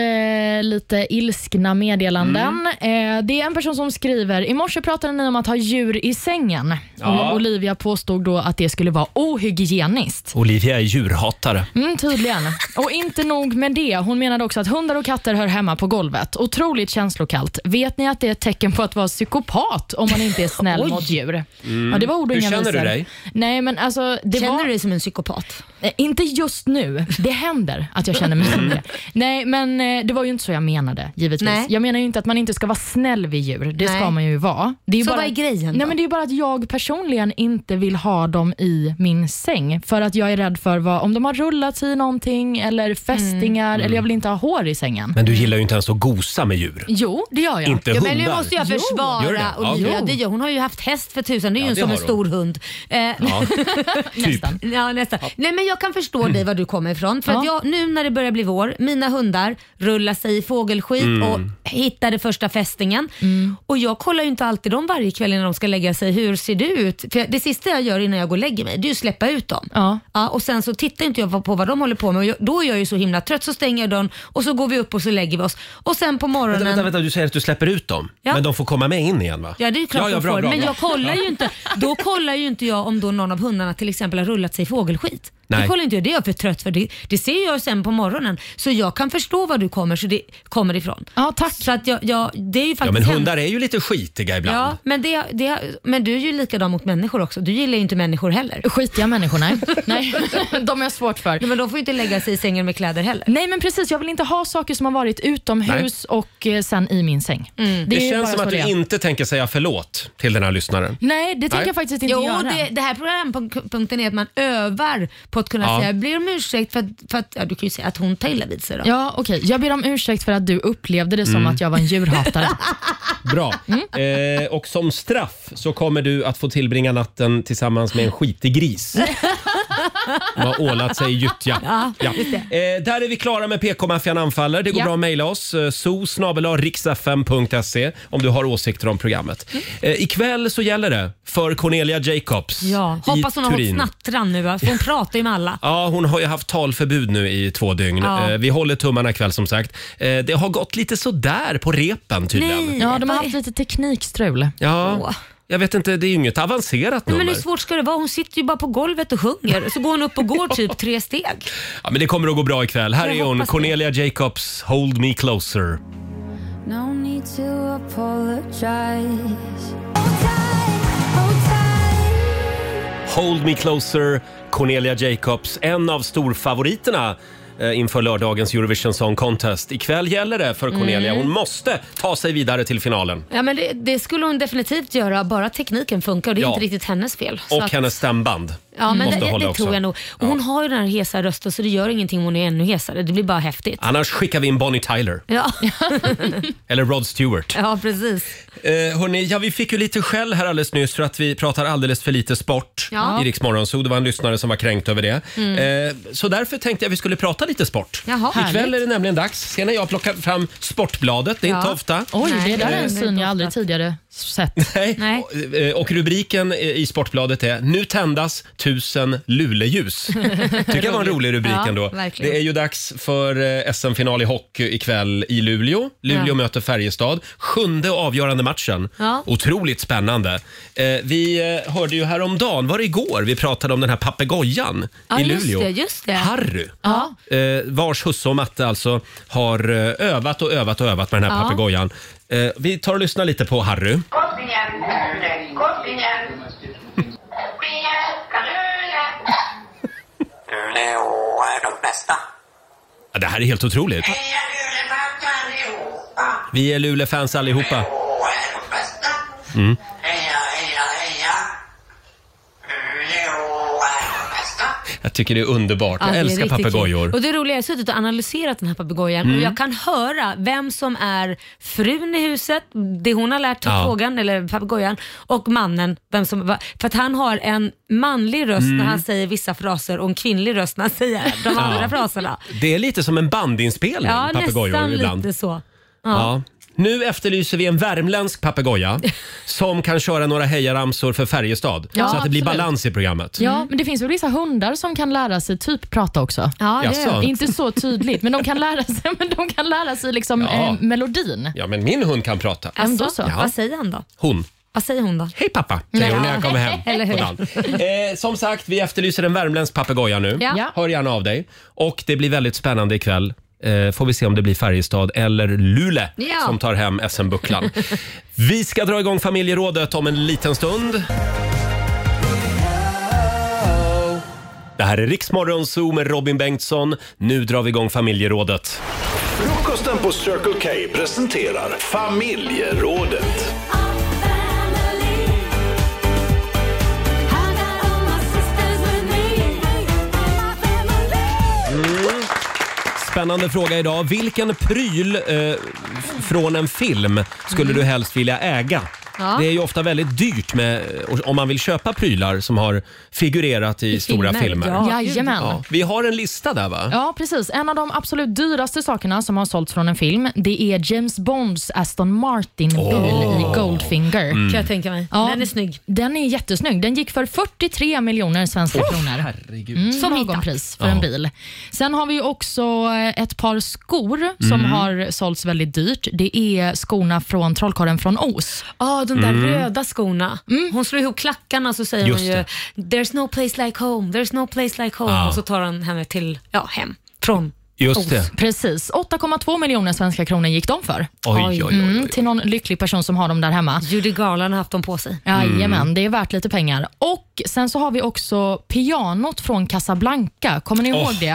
Speaker 5: lite ilskna meddelanden.
Speaker 1: Mm.
Speaker 5: Eh, det är en person som skriver, i morse pratade ni om att ha djur i sängen.
Speaker 1: Ja.
Speaker 5: Och Olivia påstod då att det skulle vara ohygieniskt.
Speaker 1: Olivia är djurhatare.
Speaker 5: Mm, tydligen. Och inte nog med det. Hon menade också att hundar och katter hör hemma på golvet. Otroligt känslokallt. Vet ni att det är ett tecken på att vara psykopat om man inte är snäll
Speaker 2: (laughs) Oj.
Speaker 5: mot djur?
Speaker 2: Mm.
Speaker 5: Ja, det var ord och
Speaker 2: Hur
Speaker 5: inga
Speaker 2: känner du
Speaker 5: visor.
Speaker 2: dig?
Speaker 5: Nej, men alltså, det
Speaker 2: Känner
Speaker 5: var...
Speaker 2: du dig som en psykopat?
Speaker 5: Eh, Inte just nu. Det händer att jag känner mig som det. Nej, men eh, det var ju inte så jag menade givetvis.
Speaker 2: Nej.
Speaker 5: Jag menar ju inte att man inte ska vara snäll vid djur. Det
Speaker 2: Nej.
Speaker 5: ska man ju vara. Det är ju
Speaker 2: Så
Speaker 5: bara...
Speaker 2: vad är grejen då?
Speaker 5: Nej, men det är ju bara att jag personligen inte vill ha dem i min säng. För att jag är rädd för vad, om de har rullat i någonting eller fästingar
Speaker 2: Mm.
Speaker 5: eller jag vill inte ha hår i sängen.
Speaker 1: Men du gillar ju inte ens att gosa med djur.
Speaker 5: Jo, det gör jag.
Speaker 1: Inte
Speaker 2: ja, men nu
Speaker 1: hundar.
Speaker 2: måste jag
Speaker 1: Jo. Gör
Speaker 2: försvara
Speaker 1: det? Ja,
Speaker 2: Olivia.
Speaker 1: okej.
Speaker 2: Det gör, hon har ju haft häst för tusan. Det är
Speaker 1: Ja,
Speaker 2: ju
Speaker 1: det
Speaker 2: som en
Speaker 1: har hon.
Speaker 2: stor hund. Eh,
Speaker 1: typ.
Speaker 2: (laughs) nästan. Ja, nästan. Nej, men jag kan förstå dig var du kommer ifrån. För att jag, nu när det börjar bli vår, mina hundar rullar sig i fågelskit
Speaker 13: Mm.
Speaker 2: och hittar det första fästingen.
Speaker 1: Mm.
Speaker 2: Och jag kollar ju inte alltid dem varje kväll innan de ska lägga sig. Hur ser du ut? För det sista jag gör innan jag går och lägger mig, det är ju att släppa ut dem.
Speaker 5: Ja.
Speaker 2: och sen så tittar inte jag på vad de håller på med och jag, då är jag jag ju så himla trött så stänger jag dörren och så går vi upp och så lägger vi oss. Och sen på morgonen...
Speaker 1: Vänta, vänta, vänta, du säger att du släpper ut dem.
Speaker 2: Ja.
Speaker 1: Men de får komma med in igen va?
Speaker 2: Ja det är ju klart
Speaker 1: ja, ja,
Speaker 2: de
Speaker 1: bra,
Speaker 2: får.
Speaker 1: bra,
Speaker 2: men
Speaker 1: bra.
Speaker 2: jag kollar ju inte. Då kollar ju inte jag om då någon av hundarna till exempel har rullat sig i fågelskit. Det
Speaker 1: Nej.
Speaker 2: kollar inte jag. Det är jag för trött för. Det, det ser jag sen på morgonen. Så jag kan förstå var du kommer, så det, kommer ifrån. Ja tack. Så att jag, jag, det är ju
Speaker 1: Ja,
Speaker 2: faktiskt
Speaker 1: men
Speaker 2: hemskt.
Speaker 1: hundar är ju lite skitiga ibland.
Speaker 2: Ja, men, det, det, men du är ju likadan mot människor också. Du gillar ju inte människor heller.
Speaker 5: Skitiga
Speaker 2: (laughs)
Speaker 5: människor, nej. nej. (laughs) De är jag svårt för.
Speaker 2: men de får ju inte lägga sig i sängen med kläder heller.
Speaker 5: Nej, men precis. Jag vill inte ha saker som har varit utomhus och eh, sen i min säng.
Speaker 2: Mm.
Speaker 1: Det,
Speaker 5: är ju bara
Speaker 1: känns som
Speaker 5: så
Speaker 1: att
Speaker 5: det
Speaker 1: du
Speaker 5: är.
Speaker 1: inte tänker säga förlåt till den här lyssnaren.
Speaker 5: Nej, det tänker
Speaker 1: Nej.
Speaker 5: jag faktiskt inte
Speaker 2: jo,
Speaker 5: göra.
Speaker 2: det, det här programpunkten är att man övar på att kunna
Speaker 5: Ja.
Speaker 2: säga, jag ber om ursäkt för att, för att ja, du kan ju säga att hon tar illa vid sig då.
Speaker 5: Ja, okej. Jag ber om ursäkt för att du upplevde det som
Speaker 1: Mm.
Speaker 5: att jag var en djurhatare.
Speaker 1: Bra.
Speaker 2: Mm.
Speaker 1: Eh, och som straff så kommer du att få tillbringa natten tillsammans med en skitig gris. Som har ålat sig i gyttja.
Speaker 2: Ja, just det.
Speaker 1: Eh, där är vi klara med PK-maffian anfaller. Det går
Speaker 2: Ja.
Speaker 1: bra att mejla oss. Eh, zoo.riksfm.se e, om du har åsikter om programmet. Eh, ikväll så gäller det för Cornelia Jacobs
Speaker 2: Ja,
Speaker 1: i
Speaker 2: hoppas hon har hållit
Speaker 1: Turin.
Speaker 2: snattran nu va? för hon pratar ju med alla.
Speaker 1: Ja, hon har ju haft talförbud nu i två dygn.
Speaker 2: Ja.
Speaker 1: Eh, Vi håller tummarna ikväll som sagt. Eh, Det har gått lite sådär på repen tydligen.
Speaker 5: (laughs) Ja, de har haft lite teknikstrul.
Speaker 1: Ja, jag vet inte, det är ju inget avancerat
Speaker 2: Nej,
Speaker 1: nummer.
Speaker 2: men hur svårt ska det vara? Hon sitter ju bara på golvet och sjunger. Så går hon upp och (laughs) går typ tre steg.
Speaker 1: Ja, men det kommer att gå bra ikväll. Här
Speaker 2: Jag
Speaker 1: är hon,
Speaker 2: hoppas det.
Speaker 1: Cornelia Jacobs, Hold Me Closer.
Speaker 8: No need to apologize.
Speaker 1: Hold Me Closer, Cornelia Jacobs, en av storfavoriterna eh, inför lördagens Eurovision Song Contest. Ikväll gäller det för Cornelia.
Speaker 2: Mm.
Speaker 1: Hon måste ta sig vidare till finalen.
Speaker 2: Ja, men det, det skulle hon definitivt göra, bara tekniken funkar och det är
Speaker 1: Ja.
Speaker 2: inte riktigt hennes fel. Så
Speaker 1: Och
Speaker 2: att-
Speaker 1: hennes stämband
Speaker 2: Ja, men
Speaker 1: måste
Speaker 2: det,
Speaker 1: hålla
Speaker 2: det
Speaker 1: också.
Speaker 2: tror jag nog. Och Hon har ju den här hesa rösten så det gör ingenting om hon är ännu hesare. Det blir bara häftigt.
Speaker 1: Annars skickar vi in Bonnie Tyler
Speaker 2: Ja, (laughs)
Speaker 1: eller Rod Stewart.
Speaker 2: ja precis.
Speaker 1: Eh, hörni, ja, vi fick ju lite skäll här alldeles nyss för att vi pratar alldeles för lite sport
Speaker 2: Ja.
Speaker 1: i Rix Morgon, Så Det var en lyssnare som var kränkt över det.
Speaker 2: Mm.
Speaker 1: Eh, så därför tänkte jag vi skulle prata lite sport.
Speaker 2: Jaha,
Speaker 1: Ikväll
Speaker 2: härligt.
Speaker 1: är det nämligen dags. Ser när jag plockar fram Sportbladet, det är inte
Speaker 5: Ja.
Speaker 1: ofta.
Speaker 5: Oj, det där
Speaker 1: Eh,
Speaker 5: är en syn jag aldrig tidigare sett.
Speaker 1: Nej. eh, Och rubriken eh, i Sportbladet är “Nu tändas tusen
Speaker 2: (laughs)
Speaker 1: luleljus”. tycker jag var en rolig rubrik
Speaker 2: Ja,
Speaker 1: ändå.
Speaker 2: verkligen.
Speaker 1: Det är ju dags för eh, SM-final i hockey ikväll i Luleå. Luleå
Speaker 2: Ja.
Speaker 1: möter Färjestad. Sjunde och avgörande matchen.
Speaker 2: Ja.
Speaker 1: Otroligt spännande. Eh, Vi eh, hörde ju häromdagen, var det igår, vi pratade om den här papegojan
Speaker 2: Ja,
Speaker 1: i
Speaker 2: just
Speaker 1: Luleå.
Speaker 2: det, just det.
Speaker 1: Harry.
Speaker 2: Ja.
Speaker 1: Eh, vars husse och matte alltså har eh, övat och övat och övat med den här
Speaker 12: Ja.
Speaker 1: papegojan. Eh, vi tar och lyssnar lite på Harry.
Speaker 12: Koppingen, koppingen. Koppingen, kanule.
Speaker 13: Luleå är de bästa.
Speaker 1: Ja, det här är helt otroligt. Vi är Luleå-fans allihopa. Mm. Jag tycker det är underbart.
Speaker 2: Ja, det
Speaker 1: jag
Speaker 2: är
Speaker 1: älskar
Speaker 2: riktigt kul.
Speaker 1: papegojor.
Speaker 2: Och det roliga är att jag har suttit och analyserat den här papegojan
Speaker 1: Mm.
Speaker 2: och jag kan höra vem som är frun i huset, det hon har lärt sig
Speaker 1: Ja.
Speaker 2: frågan, eller papegojan, och mannen. Vem som, va- för att han har en manlig röst när
Speaker 1: Mm.
Speaker 2: han säger vissa fraser och en kvinnlig röst när han säger de
Speaker 1: Ja.
Speaker 2: andra fraserna.
Speaker 1: Det är lite som en bandinspelning,
Speaker 2: Ja,
Speaker 1: papegojor
Speaker 2: nästan
Speaker 1: ibland.
Speaker 2: lite så. Ja.
Speaker 1: Ja. Nu efterlyser vi en värmländsk
Speaker 2: (laughs)
Speaker 1: papegoja som kan köra några hejaramsor för Färjestad
Speaker 5: Ja,
Speaker 1: så att det blir
Speaker 5: absolut.
Speaker 1: balans i programmet.
Speaker 5: Ja, men det finns väl vissa hundar som kan lära sig typ prata också.
Speaker 1: det är Jaså? det.
Speaker 5: Inte så tydligt, men de kan lära sig, (laughs) men de kan lära sig liksom,
Speaker 1: Ja.
Speaker 5: eh, melodin.
Speaker 1: Ja, men min hund kan prata.
Speaker 2: Alltså,
Speaker 1: Ja.
Speaker 2: Vad säger han då?
Speaker 1: Hon.
Speaker 2: Vad säger hon då?
Speaker 1: Hej pappa, säger hon
Speaker 2: Ja.
Speaker 1: när jag kommer hem.
Speaker 2: Eller hur?
Speaker 1: på dagen. Eh, som sagt, vi efterlyser en värmländsk papegoja nu.
Speaker 2: Ja. Ja.
Speaker 1: Hör gärna av dig. Och det blir väldigt spännande ikväll. Eh, får vi se om det blir Färjestad eller Lule
Speaker 12: Ja.
Speaker 1: som tar hem
Speaker 2: (laughs)
Speaker 1: SM-bucklan. vi ska dra igång familjerådet om en liten stund. Det här är Riksmorgon Zoo med Robin Bengtsson. Nu drar vi igång familjerådet.
Speaker 3: Frukosten på Circle K presenterar familjerådet.
Speaker 1: Mm. Spännande fråga idag.
Speaker 5: Mm.
Speaker 1: Vilken pryl eh, f- från en film skulle du helst vilja äga?
Speaker 2: Ja.
Speaker 1: Det är ju ofta väldigt dyrt med, om man vill köpa prylar som har figurerat i, stora
Speaker 5: filmer,
Speaker 1: filmer.
Speaker 5: ja. Jajamän.
Speaker 1: Vi har en lista där va?
Speaker 5: Ja, precis. En av de absolut dyraste sakerna som har sålts från en film, det är James Bonds Aston Martin-bil i Goldfinger.
Speaker 2: Mm. Kan jag tänka mig. Den är snygg.
Speaker 5: Den är jättesnygg. Den gick för 43 miljoner svenska
Speaker 2: Åh,
Speaker 5: kronor.
Speaker 2: herregud.
Speaker 5: Mm,
Speaker 2: Som
Speaker 5: lagom
Speaker 2: hittat.
Speaker 5: pris för
Speaker 2: Ja.
Speaker 5: en bil. Sen har vi ju också eh, ett par skor som
Speaker 2: Mm.
Speaker 5: har sålts väldigt dyrt. Det är skorna från Trollkarlen från Oz.
Speaker 2: Ja, de där
Speaker 5: Mm.
Speaker 2: röda skorna. Hon slår ihop klackarna så säger
Speaker 5: Just
Speaker 2: hon ju “There's no place like home, there's no place like home”
Speaker 1: Ja.
Speaker 2: och så tar han henne till, ja, hem. Från
Speaker 1: Just
Speaker 5: Oz.
Speaker 1: det.
Speaker 5: Precis. 8,2 miljoner svenska kronor gick de för.
Speaker 1: Oj, oj, oj,
Speaker 5: Mm, till någon lycklig person som har dem där hemma.
Speaker 2: Judy Garland har haft dem på sig.
Speaker 5: Jajamän, det är värt lite pengar. Och Sen så har vi också pianot från Casablanca. Kommer ni
Speaker 1: Åh.
Speaker 5: ihåg det? det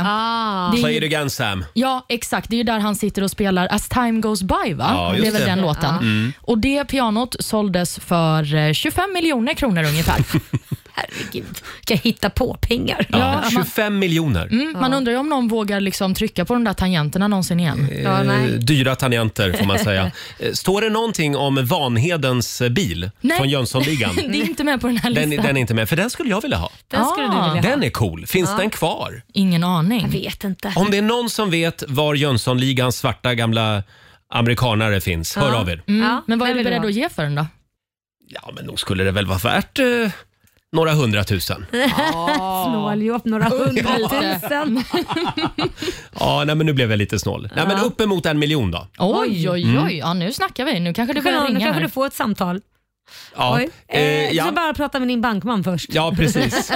Speaker 5: är
Speaker 1: Play
Speaker 5: ju-
Speaker 1: it again Sam.
Speaker 5: Ja, exakt. Det är ju där han sitter och spelar As time goes by, va?
Speaker 1: Ja, just
Speaker 5: det är väl
Speaker 1: det.
Speaker 5: den låten.
Speaker 1: Ja. Mm.
Speaker 5: Och Det pianot såldes för eh, 25 miljoner kronor ungefär.
Speaker 1: (laughs)
Speaker 2: Herregud, kan jag hitta på pengar?
Speaker 1: Ja,
Speaker 5: man,
Speaker 1: 25 miljoner.
Speaker 5: mm, man undrar ju om någon vågar liksom trycka på de där tangenterna någonsin igen.
Speaker 1: Eh, Dyra tangenter får man
Speaker 5: (laughs)
Speaker 1: säga. Eh, Står det någonting om Vanhedens eh, bil
Speaker 5: Nej.
Speaker 1: från Jönssonligan?
Speaker 5: (laughs) (laughs) det är inte med på den här listan.
Speaker 1: Den, den är inte med, för den skulle jag vilja ha.
Speaker 5: Den skulle du vilja ha.
Speaker 1: Den är cool. Finns
Speaker 5: Ja.
Speaker 1: den kvar?
Speaker 5: Ingen aning. Jag
Speaker 2: vet inte.
Speaker 1: Om det är någon som vet var Jönssonligans svarta gamla amerikanare finns, hör av er.
Speaker 5: Mm. men vad är
Speaker 2: den vill
Speaker 5: du
Speaker 2: jag
Speaker 5: beredd
Speaker 2: ha.
Speaker 5: att ge för den då?
Speaker 1: Ja, men nog skulle det väl vara värt eh, några hundratusen.
Speaker 2: Snåljobb, några hundratusen.
Speaker 5: hundratusen.
Speaker 1: Ja, nej, men nu blev jag lite snål. Nej, men uppemot en miljon då.
Speaker 5: Oj, oj, oj.
Speaker 1: Mm.
Speaker 5: Ja, nu snackar vi. Nu kanske
Speaker 2: Nu
Speaker 5: det börjar ringa
Speaker 2: kanske
Speaker 5: här.
Speaker 2: du får ett samtal.
Speaker 1: Ja,
Speaker 2: Oj.
Speaker 1: eh,
Speaker 2: Eh,
Speaker 1: ja.
Speaker 2: Så bara prata med din bankman först.
Speaker 1: ja
Speaker 2: (laughs)
Speaker 1: precis.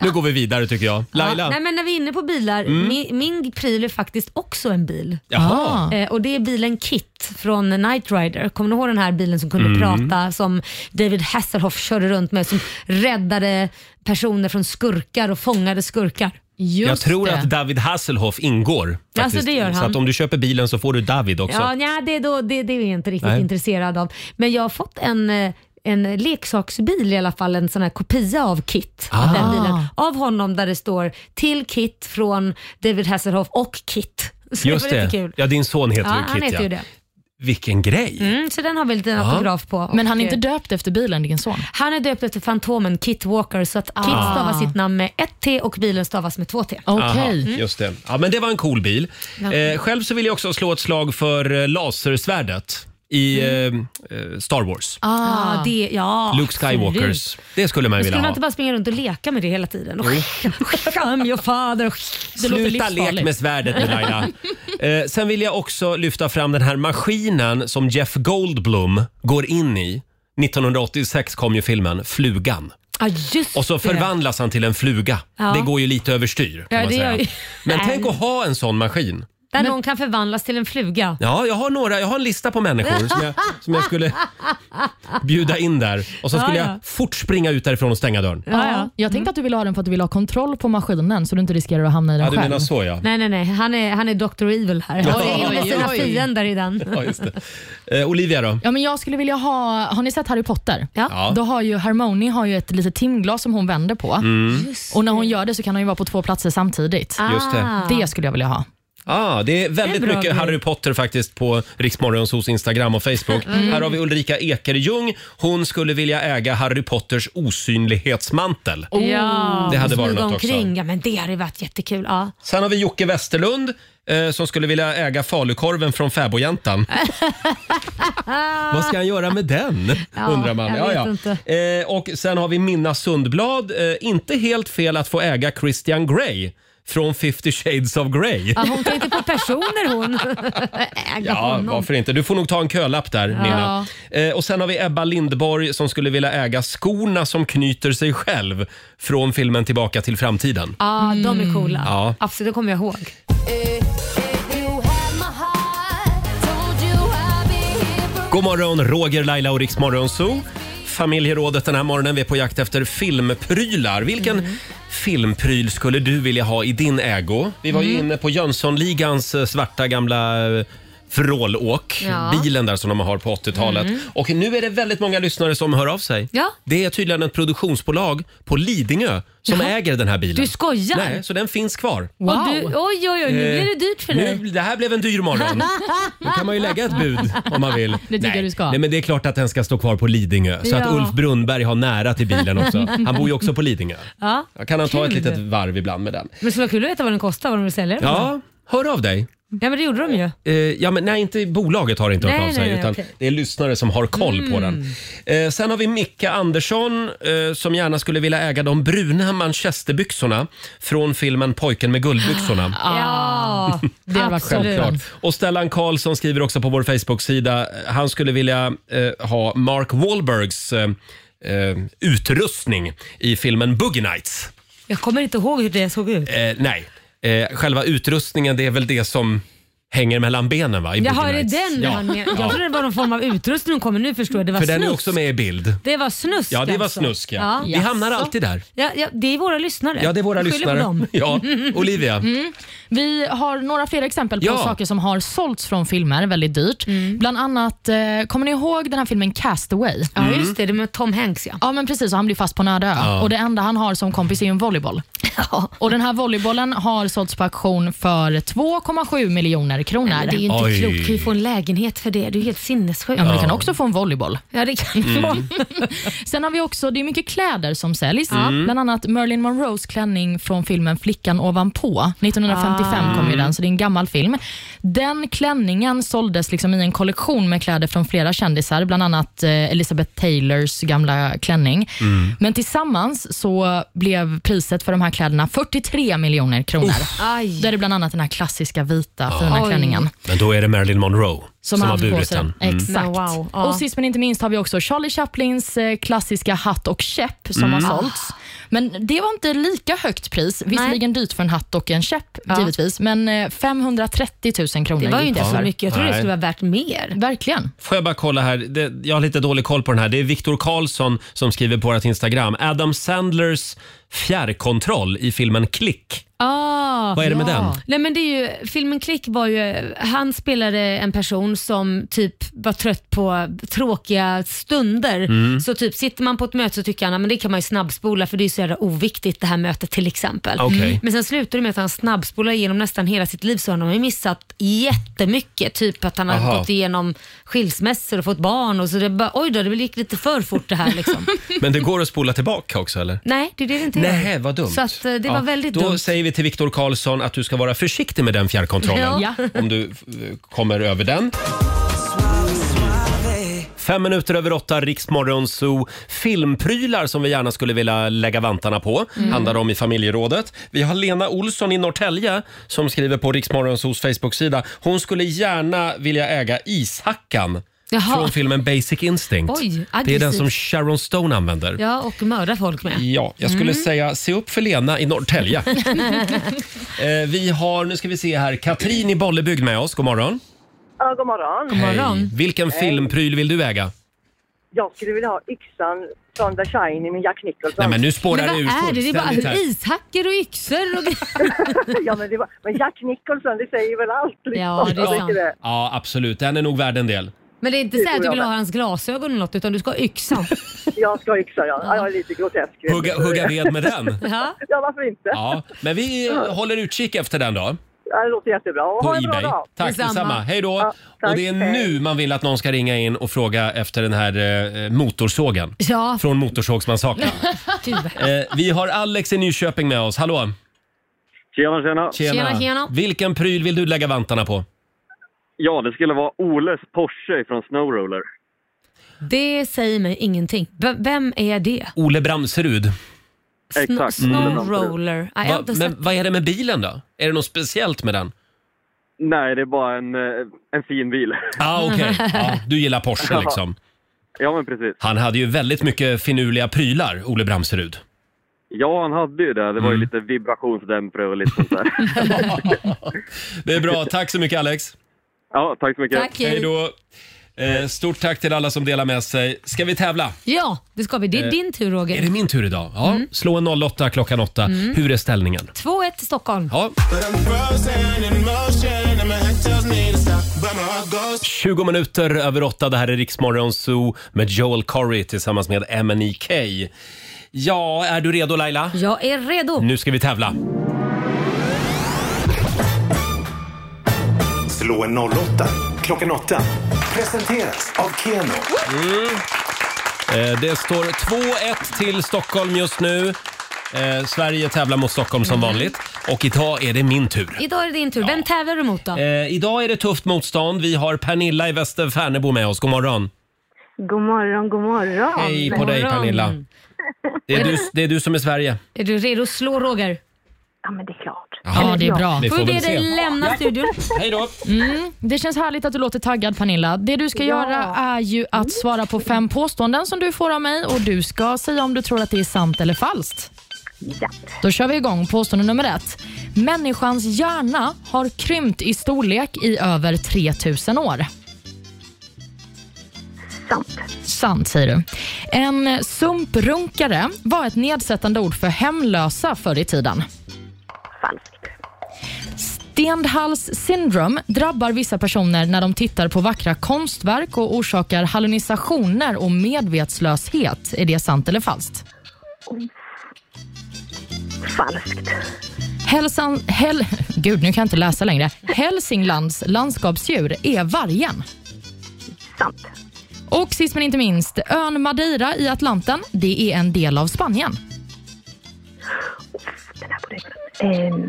Speaker 1: nu går vi vidare tycker jag. Laila?
Speaker 2: Nej, men när vi är inne på bilar,
Speaker 1: Mm.
Speaker 2: min, min pryl är faktiskt också en bil.
Speaker 5: Ah,
Speaker 1: Jaha.
Speaker 2: Eh, och Det är bilen Kit från Knight Rider. Kommer du ihåg den här bilen som kunde
Speaker 1: Mm.
Speaker 2: prata, som David Hasselhoff körde runt med, som räddade personer från skurkar och fångade skurkar?
Speaker 1: jag tror att David Hasselhoff ingår.
Speaker 2: Ja,
Speaker 1: faktiskt.
Speaker 2: så det gör
Speaker 1: Så
Speaker 2: han.
Speaker 1: att om du köper bilen så får du David också.
Speaker 2: Ja, nja, det, är då, det, det är jag inte riktigt
Speaker 1: Nej.
Speaker 2: intresserad av. Men jag har fått en, eh, en leksaksbil i alla fall, en sån här kopia av Kit. Av, den
Speaker 1: Ah.
Speaker 2: bilen, av honom där det står till Kit från David Hasselhoff och Kit. (laughs) Så
Speaker 1: Just
Speaker 2: det var
Speaker 1: det.
Speaker 2: lite kul.
Speaker 1: Ja, din son heter
Speaker 2: ja,
Speaker 1: ju Kit.
Speaker 2: han heter
Speaker 1: ja.
Speaker 2: ju det.
Speaker 1: Vilken grej.
Speaker 2: Mm, så den har vi en liten
Speaker 1: Ja.
Speaker 2: autograf på.
Speaker 5: Men han är
Speaker 2: Och,
Speaker 5: inte
Speaker 2: eh,
Speaker 5: döpt efter bilen, din son?
Speaker 2: Han är döpt efter Fantomen Kit Walker, så att Kit
Speaker 1: Ah.
Speaker 2: stavar sitt namn med ett T och bilen stavas med två T.
Speaker 1: Aha,
Speaker 2: Mm.
Speaker 1: just det. Ja, men det var en cool bil.
Speaker 2: Ja.
Speaker 1: Eh, själv så vill jag också slå ett slag för eh, lasersvärdet i
Speaker 2: Mm.
Speaker 1: eh, eh, Star Wars.
Speaker 2: Ah, det, ja,
Speaker 1: Luke Skywalkers.
Speaker 2: absolut.
Speaker 1: Det skulle man
Speaker 2: Men
Speaker 1: vilja
Speaker 2: Skulle man
Speaker 1: ha.
Speaker 2: inte bara springa runt och leka med det hela tiden? I'm your father.
Speaker 1: (laughs) Sluta lek med svärdet nu
Speaker 2: (laughs)
Speaker 1: Laila. eh, sen vill jag också lyfta fram den här maskinen som Jeff Goldblum går in i. 1986 kom ju filmen Flugan.
Speaker 2: Ja, just
Speaker 1: Och så
Speaker 2: det.
Speaker 1: förvandlas han till en fluga.
Speaker 2: Ja.
Speaker 1: Det går ju lite överstyr. Kan
Speaker 2: Ja,
Speaker 1: man
Speaker 2: det
Speaker 1: säga.
Speaker 2: gör ju-
Speaker 1: Men
Speaker 2: Nej.
Speaker 1: tänk att ha en sån maskin.
Speaker 2: Där någon kan förvandlas till en fluga.
Speaker 1: Ja, jag har, några, jag har en lista på människor som jag, som jag skulle bjuda in där. Och så
Speaker 5: Ja,
Speaker 1: skulle
Speaker 5: ja.
Speaker 1: jag fort springa ut därifrån och stänga dörren.
Speaker 5: Ja, Mm. Jag tänkte att du ville ha den för att du vill ha kontroll på maskinen så du inte riskerar att hamna i den
Speaker 1: Ja, du
Speaker 5: själv.
Speaker 1: menar så ja.
Speaker 2: Nej, nej, nej. Han är, han är Dr. Evil här. Han
Speaker 1: Oj,
Speaker 2: är med
Speaker 1: oj,
Speaker 2: sina
Speaker 1: oj.
Speaker 2: fiender i den.
Speaker 1: ja just det. Eh, Olivia då?
Speaker 5: Ja, men jag skulle vilja ha, har ni sett Harry Potter?
Speaker 1: Ja.
Speaker 5: Då har ju Hermione har ju ett litet timglas som hon vänder på.
Speaker 1: Mm.
Speaker 5: Och när hon gör det så kan hon ju vara på två platser samtidigt.
Speaker 2: Ah.
Speaker 1: Just det.
Speaker 5: Det skulle jag vilja ha.
Speaker 1: Ah, det är väldigt
Speaker 5: Det är bra
Speaker 1: mycket
Speaker 5: grej.
Speaker 1: Harry Potter faktiskt på Riksmorgonsos Instagram och Facebook.
Speaker 5: Mm.
Speaker 1: Här har vi Ulrika Ekerljung. Hon skulle vilja äga Harry Potters osynlighetsmantel.
Speaker 2: Ja,
Speaker 1: Det hade
Speaker 2: och
Speaker 1: varit
Speaker 2: smyga
Speaker 1: något
Speaker 2: omkring.
Speaker 1: också.
Speaker 2: Ja, men det hade varit jättekul. Ja.
Speaker 1: Sen har vi Jocke Westerlund eh, som skulle vilja äga falukorven från
Speaker 2: (laughs)
Speaker 1: fäbodjäntan. Vad ska han göra med den?
Speaker 2: Ja,
Speaker 1: undrar man.
Speaker 2: jag vet
Speaker 1: Eh, och sen har vi Minna Sundblad. Eh, inte helt fel att få äga Christian Grey från 50 shades of Grey.
Speaker 2: Ja, hon tänkte på personer hon. (laughs) Äga
Speaker 1: Ja,
Speaker 2: honom.
Speaker 1: varför inte? Du får nog ta en kölapp där,
Speaker 2: Ja.
Speaker 1: Minna. Eh, och sen har vi Ebba Lindborg som skulle vilja äga skorna som knyter sig själv från filmen Tillbaka till framtiden.
Speaker 2: Ja, de är coola.
Speaker 1: Mm. Ja.
Speaker 2: Absolut, det kommer jag ihåg.
Speaker 1: God morgon, Roger, Laila och Riksmorgon Zoo. Familjerådet den här morgonen. Vi är på jakt efter filmprylar. Vilken
Speaker 2: Mm.
Speaker 1: filmpryl skulle du vilja ha i din ägo? Vi var ju
Speaker 5: Mm.
Speaker 1: inne på Jönssonligans eh, svarta gamla eh, vrålåk,
Speaker 2: Ja.
Speaker 1: bilen där som de har på 80-talet.
Speaker 2: Mm.
Speaker 1: Och nu är det väldigt många lyssnare som hör av sig.
Speaker 2: Ja.
Speaker 1: Det är tydligen ett produktionsbolag på Lidingö som
Speaker 2: Jaha.
Speaker 1: äger den här bilen.
Speaker 2: Du skojar?
Speaker 1: Nej, så den finns kvar.
Speaker 2: Och du, oj, oj, oj, nu
Speaker 1: Eh,
Speaker 2: blir det dyrt för
Speaker 1: nu-
Speaker 2: dig.
Speaker 1: Det här blev en dyr
Speaker 2: (laughs)
Speaker 1: morgon. Då kan man ju lägga ett bud om man vill.
Speaker 2: Det tycker
Speaker 1: Nej.
Speaker 2: jag du ska.
Speaker 1: Nej, men det är klart att den ska stå kvar på Lidingö. Så att
Speaker 2: Ja.
Speaker 1: Ulf Brunnberg har nära till bilen också. Han bor ju också på Lidingö.
Speaker 2: Ja,
Speaker 1: Jag kan han ta ett
Speaker 2: kul.
Speaker 1: litet varv ibland med den.
Speaker 2: Men det skulle vara kul att veta vad den kostar, vad de vill sälja den
Speaker 1: Ja, hör av dig.
Speaker 2: för. Ja, men det gjorde de ju.
Speaker 1: Eh, ja, men nej, inte bolaget har inte hört
Speaker 2: Nej,
Speaker 1: av sig,
Speaker 2: nej, nej,
Speaker 1: utan
Speaker 2: okej.
Speaker 1: det är lyssnare som har koll på
Speaker 2: Mm.
Speaker 1: den. Eh, sen har vi Micke Andersson eh, som gärna skulle vilja äga de bruna manchesterbyxorna från filmen Pojken med guldbyxorna.
Speaker 2: Ja, (laughs) det har varit
Speaker 1: Självklart. Och Stellan Karlsson skriver också på vår Facebook-sida, eh, han skulle vilja eh, ha Mark Wahlbergs eh, eh, utrustning i filmen Boogie Nights.
Speaker 2: Jag kommer inte ihåg hur det såg ut.
Speaker 1: Eh, nej, eh, själva utrustningen det är väl det som hänger mellan benen va? I Boogie
Speaker 2: Jaha, är det
Speaker 1: Nights.
Speaker 2: den
Speaker 1: Ja.
Speaker 2: han med? Jag
Speaker 1: Ja.
Speaker 2: trodde det var någon form av utrustning de kommer nu förstår jag. Det var
Speaker 1: För
Speaker 2: snusk.
Speaker 1: den är också med i bild.
Speaker 2: Det var snusk
Speaker 1: Ja, det var
Speaker 2: alltså.
Speaker 1: snusk. Ja. Vi hamnar
Speaker 2: Jaså.
Speaker 1: alltid där.
Speaker 2: Ja, ja, det är våra lyssnare.
Speaker 1: Ja, det är våra
Speaker 2: Vi skyller på
Speaker 1: (laughs) lyssnare. Mm.
Speaker 2: dem. (laughs)
Speaker 1: Ja, Olivia.
Speaker 5: Mm. Vi har några fler exempel på
Speaker 1: Ja.
Speaker 5: saker som har sålts från filmer väldigt dyrt.
Speaker 2: Mm.
Speaker 5: Bland annat, eh, kommer ni ihåg den här filmen Castaway?
Speaker 2: Ja, Mm. just det. Det med Tom Hanks. Ja,
Speaker 5: ja men precis. Och han blir fast på en öde ö.
Speaker 2: Ja.
Speaker 5: Och det enda han har som kompis är ju
Speaker 2: (laughs)
Speaker 5: en volleyboll. Och den här volleybollen har sålts på auktion för 2,7 miljoner kronor.
Speaker 2: Nej, men det är ju inte Oj. klokt. Du kan ju få en lägenhet för det. Du är helt sinnessjuk.
Speaker 5: Ja, men du kan
Speaker 2: Ja.
Speaker 5: också få en volleyboll.
Speaker 2: Ja, det kan
Speaker 1: Mm.
Speaker 2: du få.
Speaker 5: Sen har vi också, det är mycket kläder som säljs.
Speaker 2: Ja. Mm.
Speaker 5: Bland annat Marilyn Monroes klänning från filmen Flickan ovanpå. 1955
Speaker 2: Ah.
Speaker 5: kom ju den, så det är en gammal film. Den klänningen såldes liksom i en kollektion med kläder från flera kändisar, bland annat eh, Elizabeth Taylors gamla klänning.
Speaker 13: Mm.
Speaker 5: Men tillsammans så blev priset för de här kläderna 43 miljoner kronor. Där är bland annat den här klassiska vita fina
Speaker 1: Oj.
Speaker 5: klänningen.
Speaker 1: Men då är det Marilyn Monroe som, har
Speaker 5: haft på
Speaker 1: burit
Speaker 5: sig.
Speaker 1: den. Mm.
Speaker 5: Exakt. Och sist men inte minst har vi också Charlie Chaplins eh, klassiska hatt och käpp som
Speaker 1: Mm.
Speaker 5: har sålts. Men det var inte lika högt pris. Visserligen dyrt för en hatt och en käpp,
Speaker 2: Ja.
Speaker 5: givetvis. Men eh, 530 000 kronor
Speaker 2: Det var ju
Speaker 5: gick
Speaker 2: inte
Speaker 5: för.
Speaker 2: så mycket. Jag trodde det
Speaker 1: Nej.
Speaker 2: skulle vara värt mer.
Speaker 5: Verkligen.
Speaker 1: Får jag bara kolla här, det, jag har lite dålig koll på den här. Det är Viktor Karlsson som skriver på vårt Instagram. Adam Sandlers fjärrkontroll i filmen Klick.
Speaker 2: Ah,
Speaker 1: Vad är det med den?
Speaker 2: Nej, men det är ju, filmen Klick var ju, han spelade en person som typ var trött på tråkiga stunder.
Speaker 13: Mm.
Speaker 2: Så typ sitter man på ett möte så tycker han att det kan man ju snabbspola för det är ju så jävla oviktigt det här mötet till exempel. Mm.
Speaker 13: Okej.
Speaker 2: Men sen slutar det med att han snabbspolar igenom nästan hela sitt liv så han har ju missat jättemycket. Typ att han har
Speaker 1: Aha.
Speaker 2: gått igenom skilsmässor och fått barn och så det bara, oj då, det gick lite för fort det här
Speaker 1: (laughs)
Speaker 2: liksom.
Speaker 1: Men det går att spola tillbaka också eller?
Speaker 2: Nej, det är det det inte
Speaker 1: Nej,
Speaker 2: gör.
Speaker 1: vad dumt.
Speaker 2: Så att, eh, det var
Speaker 1: Ja,
Speaker 2: väldigt
Speaker 1: då
Speaker 2: dumt.
Speaker 1: säger vi till Viktor Karlsson att du ska vara försiktig med den fjärrkontrollen.
Speaker 2: Ja.
Speaker 1: Om du eh, kommer över den. Fem minuter över åtta, Riksmorgon Zoo. Filmprylar som vi gärna skulle vilja lägga vantarna på
Speaker 14: Mm.
Speaker 1: handlar om i familjerådet. Vi har Lena Olsson i Norrtälje som skriver på Riksmorgon Zoos Facebook-sida. Hon skulle gärna vilja äga ishackan
Speaker 2: Jaha.
Speaker 1: från filmen Basic Instinct.
Speaker 2: Oj,
Speaker 1: Det är den
Speaker 2: aggressivt.
Speaker 1: som Sharon Stone använder.
Speaker 2: Ja, och mörda folk med.
Speaker 1: Ja, jag skulle
Speaker 2: Mm.
Speaker 1: säga se upp för Lena i
Speaker 2: (laughs)
Speaker 1: Norrtälje. eh, vi har, nu ska vi se här, Katrin i Bollebygd med oss. God morgon.
Speaker 15: Ja, god morgon.
Speaker 1: Hej. Vilken
Speaker 15: Hej.
Speaker 1: filmpryl vill du äga?
Speaker 15: Jag skulle vilja ha yxan från The Shining med Jack Nicholson.
Speaker 1: Nej, men nu spårar Men vad det ur
Speaker 2: är det? Det är bara fullständigt här. ishackor och yxor och
Speaker 15: (laughs) ja, men, det var, men Jack Nicholson, det säger väl allt? Liksom.
Speaker 2: Ja, det är
Speaker 15: Jag tycker det.
Speaker 1: Ja, absolut. Den är nog värd en del.
Speaker 2: (laughs) Men det är inte så här att du vill ha hans glasögon eller något utan du ska
Speaker 1: (laughs)
Speaker 2: ha yxan.
Speaker 15: Jag ska ha yxa, ja. ja. Jag är lite grotesk.
Speaker 1: Hugga, hugga ved med den.
Speaker 2: Ja.
Speaker 15: ja, varför inte?
Speaker 1: Ja, men vi eh, håller utkik efter den då.
Speaker 15: Ja, Det låter jättebra. Och
Speaker 1: På
Speaker 15: ha en bra
Speaker 1: Ebay.
Speaker 15: dag.
Speaker 1: Tack detsamma. Hej då.
Speaker 15: Ja, tack.
Speaker 1: Och det är nu man vill att någon ska ringa in och fråga efter den här eh, motorsågen.
Speaker 2: Ja. typ.
Speaker 1: Från Motorsågsmassakern.
Speaker 2: Gud.
Speaker 1: Eh, vi har Alex i Nyköping med oss. Hallå! Tjena, tjena.
Speaker 2: Tjena, tjena.
Speaker 1: Vilken pryl vill du lägga vantarna på?
Speaker 16: Ja, det skulle vara Oles Porsche från Snowroller.
Speaker 2: Det säger mig ingenting. V- vem är det?
Speaker 1: Ole Bramserud.
Speaker 2: Sno- Snowroller. Nej, jag har
Speaker 1: Va,
Speaker 2: inte
Speaker 1: men
Speaker 2: sett-
Speaker 1: vad är det med bilen då? Är det något speciellt med
Speaker 2: (laughs)
Speaker 1: den?
Speaker 16: Nej, det är bara en, eh, en fin bil. (laughs)
Speaker 1: Ah, okej. Ja, du gillar Porsche
Speaker 16: Ja.
Speaker 1: liksom.
Speaker 16: Ja, men precis.
Speaker 1: Han hade ju väldigt mycket finurliga prylar, Ole Bramserud.
Speaker 16: Ja, han hade ju det. Det var ju lite vibrationsdämpare och lite sånt där.
Speaker 1: (laughs) Det är bra. Tack så mycket Alex.
Speaker 16: Ja, tack så mycket.
Speaker 1: Hej då. Eh, stort tack till alla som delar med sig. Ska vi tävla?
Speaker 2: Ja, det ska vi. Det är
Speaker 1: Eh,
Speaker 2: din tur Roger.
Speaker 1: Är det min tur idag? Ja. Slå en 08 klockan 8.
Speaker 2: Mm.
Speaker 1: Hur är ställningen?
Speaker 2: 2-1 till Stockholm.
Speaker 1: Ja. 20 minuter över 8. Det här är Riksmorgon Zoo med Joel Corry tillsammans med MNEK. Ja, är du redo Laila?
Speaker 2: Jag är redo.
Speaker 1: Nu ska vi tävla.
Speaker 3: Slå en 08 klockan 8. Presenteras av Keno.
Speaker 1: Mm. Eh, Det står 2-1 till Stockholm just nu. Eh, Sverige tävlar mot Stockholm som vanligt. Och idag är det min tur.
Speaker 2: Idag är det din tur. Vem tävlar du mot då?
Speaker 1: Eh, idag är det tufft motstånd. Vi har Pernilla i Västerfärnebo med oss. God morgon.
Speaker 13: God morgon, god morgon.
Speaker 1: Hej på dig Pernilla. Det är, du, det är du som är Sverige.
Speaker 2: Är du redo att slå Roger?
Speaker 13: Ja, men det är klart.
Speaker 5: Ja, det är bra.
Speaker 1: Vi
Speaker 2: Får
Speaker 1: får
Speaker 2: vi
Speaker 1: väl
Speaker 2: be
Speaker 1: se.
Speaker 2: dig lämna studion?
Speaker 1: Hej då.
Speaker 5: Mm, det känns härligt att du låter taggad Pernilla. Det du ska göra är ju att svara på fem påståenden som du får av mig och du ska säga om du tror att det är sant eller falskt. Då kör vi igång. Påstående nummer ett. Människans hjärna har krympt i storlek i över 3000 år. Sant. Sant säger du. En sumprunkare var ett nedsättande ord för hemlösa förr i tiden. Stendhals syndrom drabbar vissa personer när de tittar på vackra konstverk och orsakar hallucinationer och medvetslöshet. Är det sant eller falskt?
Speaker 13: Falskt.
Speaker 5: Hälsan, hel, gud, nu kan jag inte läsa längre. Hälsinglands landskapsdjur är vargen. Sant. Och sist men inte minst, ön Madeira i Atlanten, det är en del av Spanien.
Speaker 13: Ehm,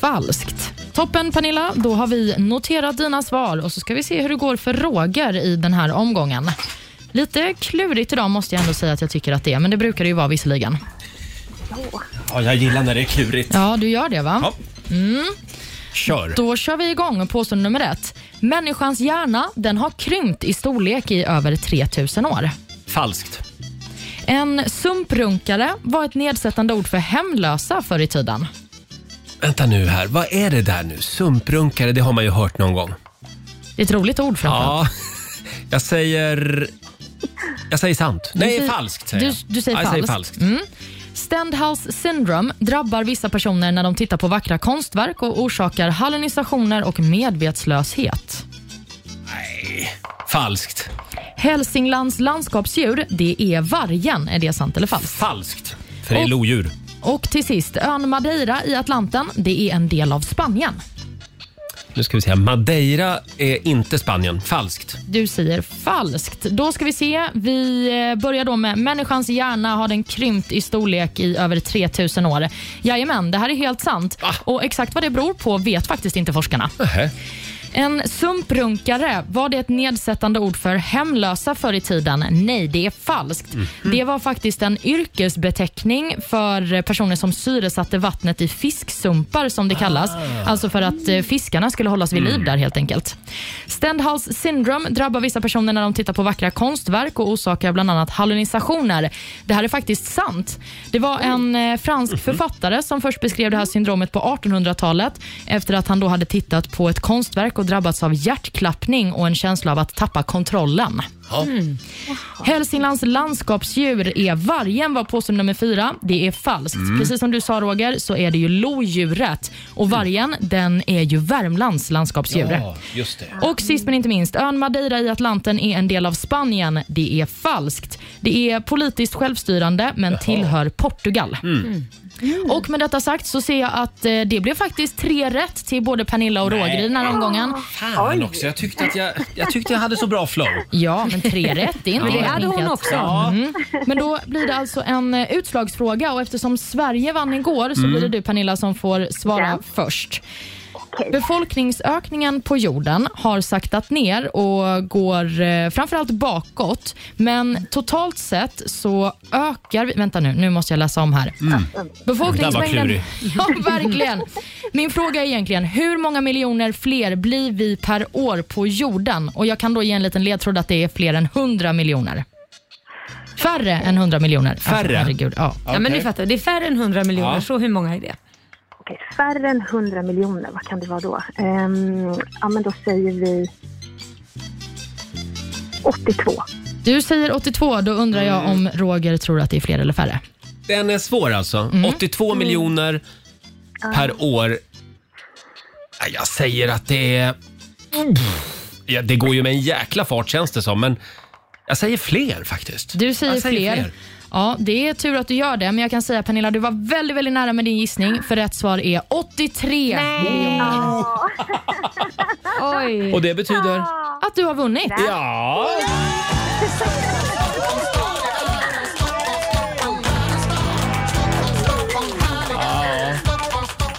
Speaker 5: Falskt. Toppen Pernilla, då har vi noterat dina svar och så ska vi se hur det går för Roger i den här omgången. Lite klurigt idag måste jag ändå säga att jag tycker att det är, men det brukar det ju vara visserligen.
Speaker 1: Ja, jag gillar när det är klurigt.
Speaker 5: Ja, du gör det va? Ja. Mm.
Speaker 1: Kör.
Speaker 5: Då kör vi igång påstående nummer ett. Människans hjärna den har krympt i storlek i över 3000 år.
Speaker 1: Falskt.
Speaker 5: En sumprunkare var ett nedsättande ord för hemlösa förr i tiden.
Speaker 1: Vänta nu här. Vad är det där nu? Sumprunkare, det har man ju hört någon gång.
Speaker 5: Det är ett roligt ord framförallt.
Speaker 1: Ja, (laughs) jag säger... Jag säger sant.
Speaker 5: Du
Speaker 1: Nej,
Speaker 5: säger-
Speaker 1: falskt säger
Speaker 5: du,
Speaker 1: jag.
Speaker 5: du säger
Speaker 1: ja, jag
Speaker 5: falskt.
Speaker 1: Säger falskt.
Speaker 5: Mm. Stendhals syndrom drabbar vissa personer när de tittar på vackra konstverk och orsakar hallucinationer och medvetslöshet.
Speaker 1: Falskt.
Speaker 5: Hälsinglands landskapsdjur, det är vargen. Är det sant eller falskt?
Speaker 1: Falskt. För det är
Speaker 5: Och-
Speaker 1: lodjur.
Speaker 5: Och till sist, ön Madeira i Atlanten, det är en del av Spanien.
Speaker 1: Nu ska vi se här. Madeira är inte Spanien. Falskt.
Speaker 5: Du säger falskt. Då ska vi se. Vi eh, börjar då med människans hjärna har den krympt i storlek i över 3000 år. Jajamän, det här är helt sant. Och exakt vad det beror på vet faktiskt inte forskarna. En sumprunkare, var det ett nedsättande ord för hemlösa förr i tiden? Nej, det är falskt.
Speaker 14: Mhm.
Speaker 5: Det var faktiskt en yrkesbeteckning för personer som syresatte vattnet i fisksumpar som det kallas. Alltså för att eh, fiskarna skulle hållas vid liv där helt enkelt. Stendhals syndrom drabbar vissa personer när de tittar på vackra konstverk och orsakar bland annat hallucinationer. Det här är faktiskt sant. Det var en eh, fransk författare som först beskrev det här syndromet på 1800-talet efter att han då hade tittat på ett konstverk och drabbats av hjärtklappning och en känsla av att tappa kontrollen. Mm. Hälsinglands landskapsdjur är vargen var påstående nummer fyra. Det är falskt.
Speaker 14: Mm.
Speaker 5: Precis som du sa Roger så är det ju lodjuret och vargen den är ju Värmlands landskapsdjur.
Speaker 1: just det.
Speaker 5: Och sist men inte minst, ön Madeira i Atlanten är en del av Spanien. Det är falskt. Det är politiskt självstyrande men tillhör Portugal.
Speaker 1: Mm.
Speaker 5: Mm. Och med detta sagt så ser jag att eh, det blev faktiskt tre rätt till både Pernilla och Roger i den här omgången.
Speaker 1: Fan också. Jag tyckte att jag, jag, tyckte jag hade så bra flow.
Speaker 5: Ja, men tre rätt det är inte
Speaker 1: Ja.
Speaker 5: helt
Speaker 1: Det hade hon
Speaker 5: enkelt.
Speaker 1: också. Ja.
Speaker 5: Mm. Men då blir det alltså en eh, utslagsfråga och eftersom Sverige vann igår så
Speaker 14: Mm.
Speaker 5: blir det du Pernilla som får svara först. Befolkningsökningen på jorden har saktat ner och går eh, framförallt bakåt. Men totalt sett så ökar vi... Vänta nu, nu måste jag läsa om här.
Speaker 14: Den Mm. där
Speaker 5: Befolkningsmängden...
Speaker 14: var
Speaker 5: Ja, verkligen. Min fråga är egentligen, hur många miljoner fler blir vi per år på jorden? Och Jag kan då ge en liten ledtråd att det är fler än 100 miljoner. Färre än 100 miljoner. Alltså, herregud, ja.
Speaker 2: Ja, men ni fattar. Det är färre än 100 miljoner,
Speaker 5: Ja.
Speaker 2: så hur många är det?
Speaker 13: Okej, färre än 100 miljoner, vad kan det vara då? Ehm, ja, men då säger vi 82.
Speaker 5: Du säger 82, då undrar jag om Roger tror att det är fler eller färre.
Speaker 1: Den är svår alltså. 82 miljoner per år. Ja, Jag säger att det är... Ja, det går ju med en jäkla fart känns det som, men jag säger fler faktiskt.
Speaker 5: Du säger,
Speaker 1: jag
Speaker 5: fler. Ja, det är tur att du gör det, men jag kan säga Pernilla, du var väldigt, väldigt nära med din gissning, för rätt svar är 83 miljoner. Oj.
Speaker 1: Och det betyder?
Speaker 5: Att du har vunnit.
Speaker 1: Ja!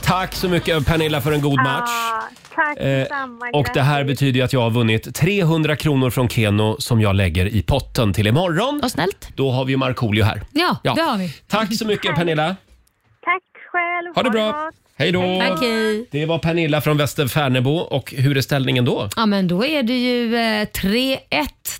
Speaker 1: Tack så mycket Pernilla för en god match.
Speaker 13: Ja, tack
Speaker 1: Eh,
Speaker 13: detsamma.
Speaker 1: och det här betyder ju att jag har vunnit 300 kronor från Keno som jag lägger i potten till imorgon.
Speaker 5: Vad snällt.
Speaker 1: Då har vi ju Markoolio här.
Speaker 2: Ja, det har vi.
Speaker 1: Tack så mycket Pernilla.
Speaker 13: Tack själv.
Speaker 1: Ha det bra.
Speaker 13: gott.
Speaker 1: Hej då.
Speaker 2: Tack, hej.
Speaker 1: Det var Pernilla från Västerfärnebo och hur är ställningen då?
Speaker 2: Ja, men då är det ju eh, 3-1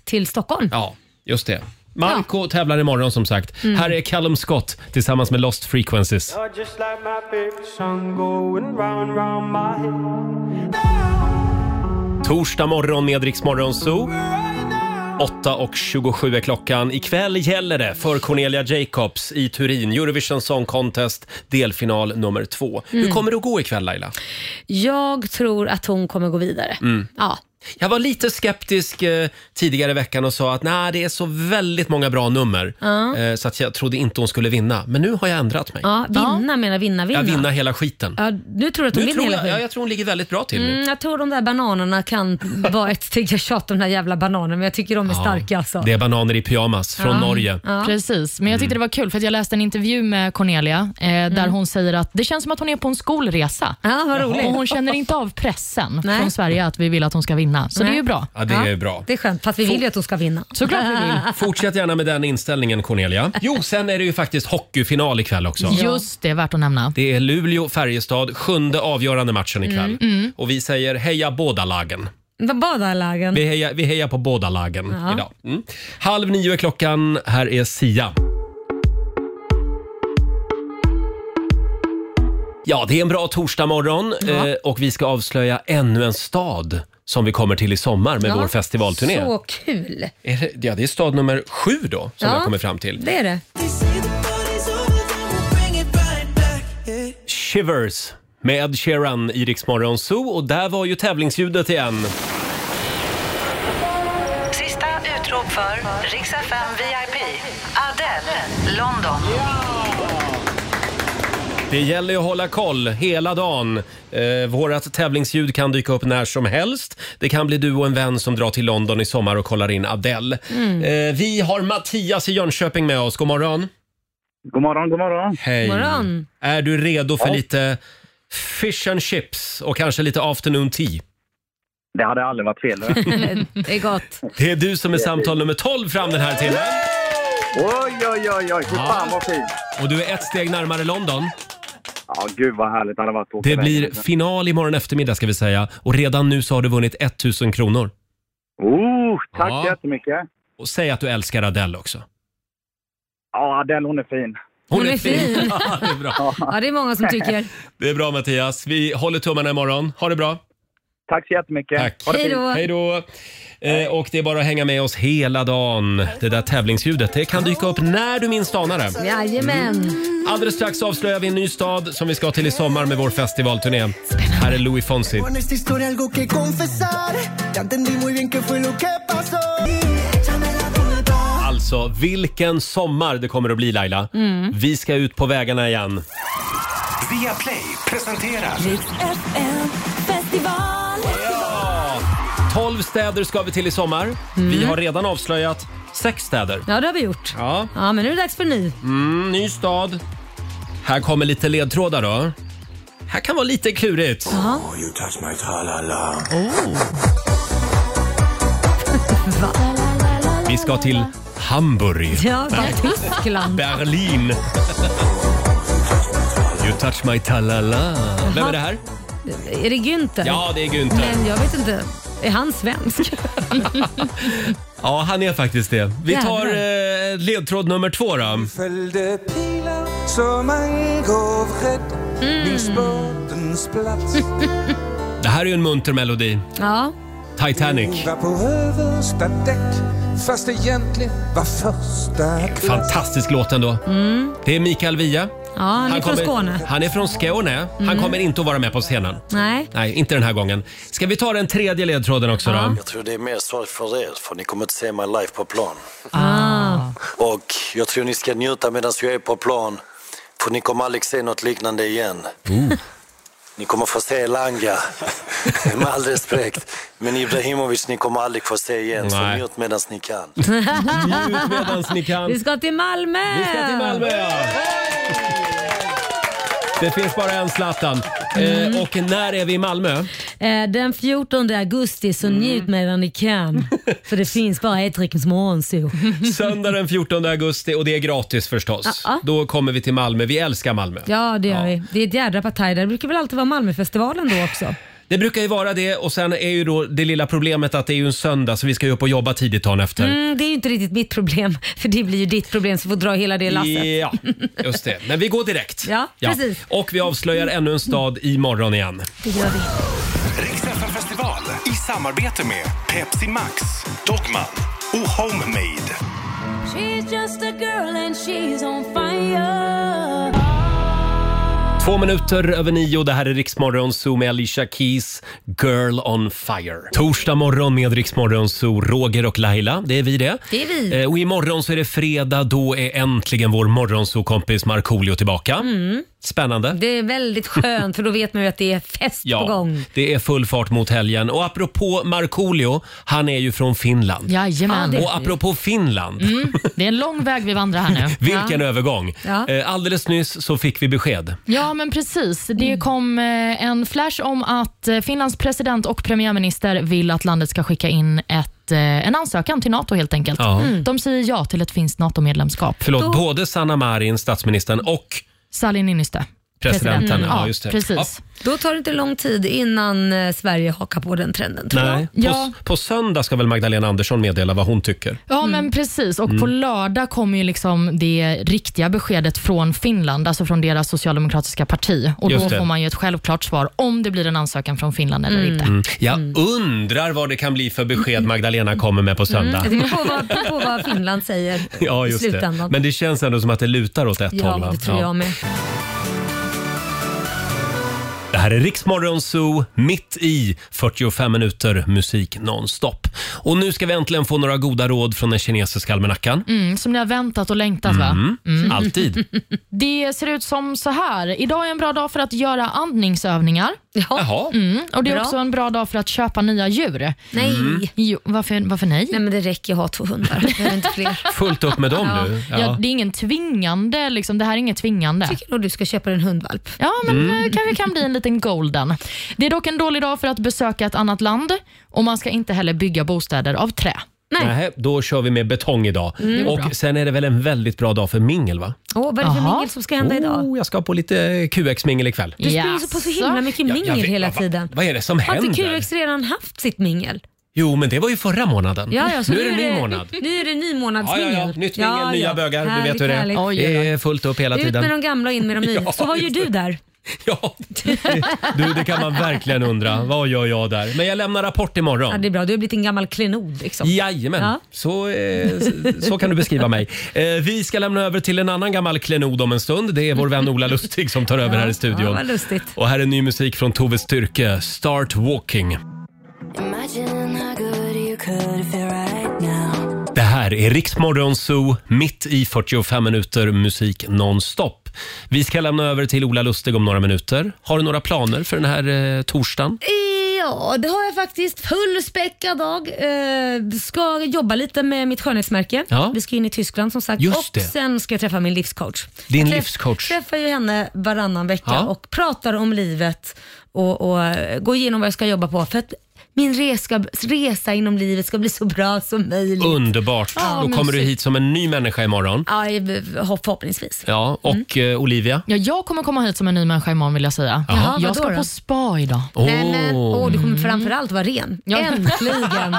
Speaker 2: till Stockholm.
Speaker 1: Ja, just det. Marco tävlar imorgon som sagt. Här är Callum Scott tillsammans med Lost Frequencies.
Speaker 17: Oh, Just like my favorite song going round, round my head.
Speaker 1: Torsdag morgon med Rix Morgon Zoo. 8.27 är klockan. Ikväll gäller det för Cornelia Jacobs i Turin. Eurovision Song Contest delfinal nummer två. Hur
Speaker 2: Mm.
Speaker 1: kommer det att gå ikväll Laila?
Speaker 2: Jag tror att hon kommer gå vidare.
Speaker 1: Mm.
Speaker 2: Ja.
Speaker 1: Jag var lite skeptisk eh, tidigare i veckan och sa att nej, det är så väldigt många bra nummer.
Speaker 2: Ja.
Speaker 1: Eh, så att jag trodde inte hon skulle vinna. Men nu har jag ändrat mig.
Speaker 2: Ja, vinna menar vinna, vinna.
Speaker 1: Jag vinner hela skiten.
Speaker 2: Ja, nu tror du att hon
Speaker 1: Nu
Speaker 2: vinner
Speaker 1: tror
Speaker 2: hela
Speaker 1: jag, ja,
Speaker 2: skiten?
Speaker 1: jag tror hon ligger väldigt bra till nu.
Speaker 2: Mm, jag tror de där
Speaker 1: (laughs)
Speaker 2: bananerna kan vara ett steg. Jag tjatar om de där jävla bananerna, men jag tycker de är
Speaker 1: Ja,
Speaker 2: starka alltså.
Speaker 1: Det är bananer i pyjamas från
Speaker 5: Ja.
Speaker 1: Norge.
Speaker 5: Precis, men jag tyckte det var kul för att jag läste en intervju med Cornelia eh, där hon säger att det känns som att hon är på en skolresa.
Speaker 2: Mm. Ja, vad roligt.
Speaker 5: Och hon känner inte av pressen
Speaker 2: Nej.
Speaker 5: från Sverige att vi vill att hon ska vinna. Så
Speaker 2: Nej.
Speaker 5: det är ju bra.
Speaker 1: Ja, det är bra.
Speaker 2: Det är skönt, fast vi vill ju att hon ska vinna.
Speaker 5: Såklart vi vill.
Speaker 1: Fortsätt gärna med den inställningen Cornelia. Jo, sen är det ju faktiskt hockeyfinal ikväll också.
Speaker 5: Just det, värt att nämna.
Speaker 1: Det är Luleå-Färjestad, sjunde avgörande matchen ikväll.
Speaker 2: Mm, mm.
Speaker 1: Och vi säger heja båda lagen.
Speaker 2: Vad badar lagen?
Speaker 1: Vi hejar, vi hejar på båda lagen
Speaker 2: Ja.
Speaker 1: idag. Mm. Halv nio är klockan. Här är Sia. Ja, det är en bra torsdagmorgon eh, och vi ska avslöja ännu en stad som vi kommer till i sommar med
Speaker 2: Ja,
Speaker 1: vår festivalturné.
Speaker 2: Så kul!
Speaker 1: Är det, ja, det är stad nummer sju då som vi
Speaker 2: Ja,
Speaker 1: har kommit fram till.
Speaker 2: Det är det.
Speaker 1: Shivers med Ed Sheeran i Rix Morgon Zoo och där var ju tävlingsljudet igen.
Speaker 12: Sista utrop för Rix FM VIP. Adele, London.
Speaker 1: Det gäller ju att hålla koll hela dagen. Eh, vårat tävlingsljud kan dyka upp när som helst. Det kan bli du och en vän som drar till London i sommar och kollar in Adele.
Speaker 18: Mm.
Speaker 1: Eh, vi har Mattias i Jönköping med oss. God morgon.
Speaker 18: God morgon, god morgon.
Speaker 1: Hej.
Speaker 18: God morgon.
Speaker 1: Är du redo för
Speaker 18: Ja.
Speaker 1: lite fish and chips och kanske lite afternoon tea?
Speaker 18: Det hade aldrig varit fel.
Speaker 2: Det är gott.
Speaker 1: Det är du som är samtal nummer 12 fram den här timmen.
Speaker 18: Oj, oj, oj, oj. Fy fan
Speaker 1: Ja.
Speaker 18: vad fint.
Speaker 1: Och du är ett steg närmare London.
Speaker 18: Ja, gud vad härligt det hade varit att åka
Speaker 1: Det
Speaker 18: iväg.
Speaker 1: blir final imorgon eftermiddag ska vi säga. Och redan nu så har du vunnit 1000 kronor.
Speaker 18: Oh, tack
Speaker 1: Ja.
Speaker 18: så jättemycket.
Speaker 1: Och säg att du älskar Adele också.
Speaker 18: Ja, Adele hon är fin.
Speaker 1: Hon,
Speaker 2: är
Speaker 1: (laughs)
Speaker 2: fin.
Speaker 1: ja, det är bra.
Speaker 2: Ja, det är många som tycker.
Speaker 1: Det är bra Mattias. Vi håller tummarna imorgon. Ha det bra.
Speaker 18: Tack så jättemycket.
Speaker 1: Tack.
Speaker 2: Ha det Hej fint. då.
Speaker 1: Hej då. Eh, och det är bara att hänga med oss hela dagen. Det där tävlingsljudet, det kan dyka upp när du minst anar det.
Speaker 2: Jajamän.
Speaker 1: Alldeles strax avslöjar vi en ny stad som vi ska till i sommar med vår festivalturné. Här är Louis Fonsi.
Speaker 19: Con esta historia algo que confesar. Ya entendí muy bien qué fue lo que pasó.
Speaker 1: Alltså, vilken sommar det kommer att bli Laila.
Speaker 3: Mm.
Speaker 1: Vi ska ut på vägarna igen.
Speaker 3: Via Play presenterar...
Speaker 19: Festival.
Speaker 1: 12 städer ska vi till i sommar. Vi har redan avslöjat sex städer.
Speaker 2: Ja, det har vi gjort.
Speaker 1: Ja.
Speaker 2: Ja, men nu är det dags för en ny.
Speaker 1: Mm, ny stad. Här kommer lite ledtrådar då. Här kan vara lite klurigt.
Speaker 3: Oh,
Speaker 1: Oh.
Speaker 3: You touch my tra-la-la.
Speaker 1: Vi ska till Hamburg.
Speaker 2: Ja, bara Tyskland.
Speaker 1: Berlin. You touch my talala. Vem är det här?
Speaker 2: Är det Günther?
Speaker 1: Ja, det är Günther.
Speaker 2: Men jag vet inte. Är han svensk?
Speaker 1: Ja, han är faktiskt det. Vi tar eh, ledtråd nummer två då.
Speaker 19: Följde pilar som angav rädd
Speaker 20: Mm.
Speaker 19: min sportens plats.
Speaker 20: (laughs)
Speaker 1: Det här är ju en munter melodi.
Speaker 2: Ja.
Speaker 1: Titanic.
Speaker 21: Var på översta däck fast egentligen var första
Speaker 1: Fantastisk låt ändå.
Speaker 2: Mm.
Speaker 1: Det är Mikael Wiehe.
Speaker 2: Ja, han, är från
Speaker 1: kommer-
Speaker 2: Skåne.
Speaker 1: Han är från Skåne. Han
Speaker 2: Mm.
Speaker 1: kommer inte att vara med på scenen.
Speaker 2: Nej.
Speaker 1: Nej, inte den här gången. Ska vi ta den tredje ledtråden också då?
Speaker 22: Jag tror det är mer sorg för er, för ni kommer inte se mig live på plan.
Speaker 2: Ah.
Speaker 22: Och jag tror ni ska njuta medan jag är på plan, för ni kommer aldrig se något liknande igen. Ni kommer få se Elanga, (laughs) med all respekt. Men Ibrahimovic, ni kommer aldrig få se igen, så
Speaker 1: Nej.
Speaker 22: njut medan ni kan.
Speaker 1: Njut medans ni kan.
Speaker 2: Vi ska till Malmö!
Speaker 1: Vi ska till Malmö, ja. Det finns bara en Zlatan.
Speaker 2: Mm.
Speaker 1: Eh, och när är vi i Malmö?
Speaker 2: Eh, Den 14 augusti så
Speaker 1: Mm.
Speaker 2: njut medan
Speaker 1: (laughs)
Speaker 2: ni kan. För det finns bara ett Rickens morgonsol.
Speaker 1: Söndag den 14 augusti och det är gratis förstås.
Speaker 2: Ja.
Speaker 1: Då kommer vi till Malmö. Vi älskar Malmö.
Speaker 2: Ja, det gör vi. Det är ett jädra partaj där. Det brukar väl alltid vara Malmöfestivalen då också? Mm,
Speaker 1: Det brukar ju vara det och sen är ju då det lilla problemet att det är ju en söndag så vi ska ju upp och jobba tidigt dagen efter.
Speaker 2: Mm, det är ju inte riktigt mitt problem, (laughs) för det blir ju ditt problem så vi får dra hela det lasset.
Speaker 1: Ja, just det. Men vi går direkt.
Speaker 2: Ja, precis.
Speaker 1: Och vi avslöjar ännu en stad imorgon igen.
Speaker 2: Det gör vi.
Speaker 3: Riksfn festival i samarbete med Pepsi Max, Dogman och Homemade.
Speaker 20: She's just a girl and she's on fire.
Speaker 1: Två minuter över nio. Det här är Riksmorgon Zoo med Alicia Keys, Girl on Fire. Torsdag morgon med Riksmorgon Zoo, Roger och Laila. Det är vi det.
Speaker 2: Det är vi.
Speaker 1: Eh, Och imorgon så är det fredag. Då är äntligen vår morgonzoo-kompis Markoolio tillbaka.
Speaker 2: Mm.
Speaker 1: Spännande.
Speaker 2: Det är väldigt skönt för då vet man ju att det är fest på gång.
Speaker 1: det är full fart mot helgen. Och apropå Markoolio, han är ju från Finland.
Speaker 5: Jajamän.
Speaker 1: Och apropå Finland, (laughs)
Speaker 5: Mm, det är en lång väg vi vandrar här nu.
Speaker 1: vilken övergång.
Speaker 5: Ja.
Speaker 1: Eh, Alldeles nyss så fick vi besked.
Speaker 5: Ja, men precis. Det
Speaker 1: Mm.
Speaker 5: kom eh, en flash om att eh, Finlands president och premiärminister vill att landet ska skicka in ett, eh, en ansökan till NATO helt enkelt.
Speaker 1: Ja. Mm.
Speaker 5: De säger ja till ett finskt NATO-medlemskap.
Speaker 1: Förlåt, både Sanna Marin, statsministern, och
Speaker 5: Sauli Niinistö.
Speaker 1: presidenten.
Speaker 5: President.
Speaker 1: Ja, just det.
Speaker 5: Precis.
Speaker 2: Då tar det inte lång tid innan eh, Sverige hakar på den trenden tror
Speaker 1: Nej.
Speaker 2: jag.
Speaker 1: På, på söndag ska väl Magdalena Andersson meddela vad hon tycker.
Speaker 5: Ja, men precis. Och på
Speaker 1: Mm.
Speaker 5: lördag kommer ju liksom det riktiga beskedet från Finland, alltså från deras socialdemokratiska parti. Och
Speaker 1: Just
Speaker 5: då
Speaker 1: det.
Speaker 5: får man ju ett självklart svar om det blir en ansökan från Finland eller inte.
Speaker 1: Mm. Jag undrar vad det kan bli för besked Magdalena kommer med på söndag.
Speaker 2: Det beror på vad, beror på vad Finland säger
Speaker 1: (laughs) Ja,
Speaker 2: Mm. i
Speaker 1: just
Speaker 2: slutändan.
Speaker 1: det. Men det känns ändå som att det lutar åt ett håll.
Speaker 2: ja,
Speaker 1: va?
Speaker 2: det tror
Speaker 1: Ja.
Speaker 2: jag med.
Speaker 1: Det här är Riksmorgon Zoo, mitt i 45 minuter musik nonstop. Och nu ska vi äntligen få några goda råd från den kinesiska almanackan.
Speaker 5: Mm, som ni har väntat och längtat va?
Speaker 1: Mm,
Speaker 5: Mm.
Speaker 1: Alltid.
Speaker 5: Det ser ut som så här. Idag är en bra dag för att göra andningsövningar.
Speaker 1: Jaha.
Speaker 5: Mm. Och Det är
Speaker 2: Bra.
Speaker 5: också en bra dag för att köpa nya djur.
Speaker 2: Nej. Mm.
Speaker 5: Jo, varför, varför nej?
Speaker 2: Nej men Det räcker att ha två hundar. Jag behöver inte fler.
Speaker 1: Fullt upp med dem
Speaker 5: Ja.
Speaker 1: nu.
Speaker 5: Ja. det är ingen tvingande, liksom. det här är inget tvingande. Jag tycker
Speaker 2: nog du ska köpa en hundvalp.
Speaker 5: Ja, men
Speaker 1: Mm.
Speaker 5: mm. kanske kan bli en liten golden. Det är dock en dålig dag för att besöka ett annat land och man ska inte heller bygga bostäder av trä.
Speaker 1: Nej, då kör vi med betong idag.
Speaker 5: Mm. Det går bra.
Speaker 1: Och sen är det väl en väldigt bra dag för mingel va?
Speaker 2: Åh, vad är det för
Speaker 1: Jaha.
Speaker 2: mingel som ska hända idag?
Speaker 1: Oh, jag ska på lite QX-mingel ikväll.
Speaker 2: Du springer så på så himla mycket
Speaker 1: Ja, jag
Speaker 2: mingel
Speaker 1: vet-
Speaker 2: hela
Speaker 1: vad-
Speaker 2: tiden.
Speaker 1: Vad är det som
Speaker 2: Har
Speaker 1: händer?
Speaker 2: inte QX redan haft sitt mingel?
Speaker 1: Jo, men det var ju förra månaden.
Speaker 2: Ja, ja, så
Speaker 1: nu är det en ny månad.
Speaker 2: Nu är det ny
Speaker 1: Ja, ja,
Speaker 2: månadsmingel.
Speaker 1: ja. Nytt mingel,
Speaker 2: Ja,
Speaker 1: nya
Speaker 2: ja.
Speaker 1: bögar. Du vet
Speaker 2: Härligt,
Speaker 1: hur det är.
Speaker 2: härligt.
Speaker 1: Det är fullt upp hela
Speaker 2: Ut
Speaker 1: tiden.
Speaker 2: med
Speaker 1: (laughs)
Speaker 2: de gamla och in med de nya.
Speaker 1: Ja,
Speaker 2: så vad gör du där?
Speaker 1: Du, det kan man verkligen undra. Vad gör jag där? Men jag lämnar rapport imorgon.
Speaker 2: Ja, det är bra, du har blivit en gammal klenod. Liksom.
Speaker 1: Jajamän,
Speaker 2: Ja.
Speaker 1: så, eh, s- så kan du beskriva mig. Eh, vi ska lämna över till en annan gammal klenod om en stund. Det är vår vän Ola Lustig som tar över här i
Speaker 20: ja,
Speaker 1: studion.
Speaker 20: vad lustigt.
Speaker 1: Och här är ny musik från Tove Styrke, Start Walking.
Speaker 20: Imagine how good you could feel right now.
Speaker 1: Det här är Riksmorgon Zoo, mitt i 45 minuter musik nonstop. Vi ska lämna över till Ola Lustig om några minuter. Har du några planer för den här eh, torsdagen?
Speaker 2: Ja, det har jag faktiskt. Fullspäckad dag. Eh, ska jobba lite med mitt skönhetsmärke.
Speaker 1: Ja.
Speaker 2: Vi ska in i Tyskland som sagt.
Speaker 1: Just
Speaker 2: och
Speaker 1: det.
Speaker 2: sen ska jag träffa min livscoach.
Speaker 1: Din
Speaker 2: Jag träff-
Speaker 1: livscoach.
Speaker 2: träffar ju henne varannan vecka
Speaker 1: Ja.
Speaker 2: och pratar om livet och, och eh, går igenom vad jag ska jobba på. För att min resa, resa inom livet ska bli så bra som möjligt.
Speaker 1: Underbart!
Speaker 2: Ja,
Speaker 1: Då kommer du
Speaker 2: mysigt.
Speaker 1: hit som en ny människa imorgon.
Speaker 2: Ja, jag- förhoppningsvis.
Speaker 1: Ja, och
Speaker 2: Mm.
Speaker 1: eh, Olivia?
Speaker 5: Ja, jag kommer komma hit som en ny människa imorgon vill jag säga.
Speaker 1: Jaha, vadå
Speaker 5: jag ska
Speaker 2: då?
Speaker 5: på spa idag.
Speaker 2: Nej, men,
Speaker 1: Åh.
Speaker 2: åh, du kommer framförallt vara ren. Äntligen!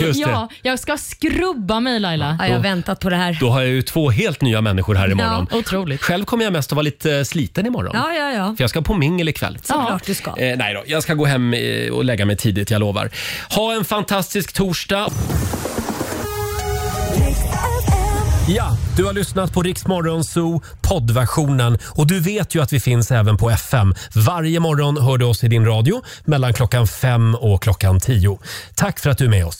Speaker 1: Just det.
Speaker 5: Ja, jag ska skrubba mig Laila.
Speaker 1: Ja, jag har
Speaker 2: väntat på det här.
Speaker 1: Då har jag ju två helt nya människor här imorgon.
Speaker 5: Ja, otroligt.
Speaker 1: Själv kommer jag mest att vara lite sliten imorgon.
Speaker 2: ja, ja.
Speaker 1: För jag ska på mingel ikväll.
Speaker 2: Såklart du ska.
Speaker 1: Eh, nej då, jag ska gå hem eh, och lägga mig tidigt, jag lovar. Ha en fantastisk torsdag. Ja, du har lyssnat på Rix Morgon Zoo poddversionen och du vet ju att vi finns även på FM. Varje morgon hör du oss i din radio mellan klockan fem och klockan tio. Tack för att du är med oss.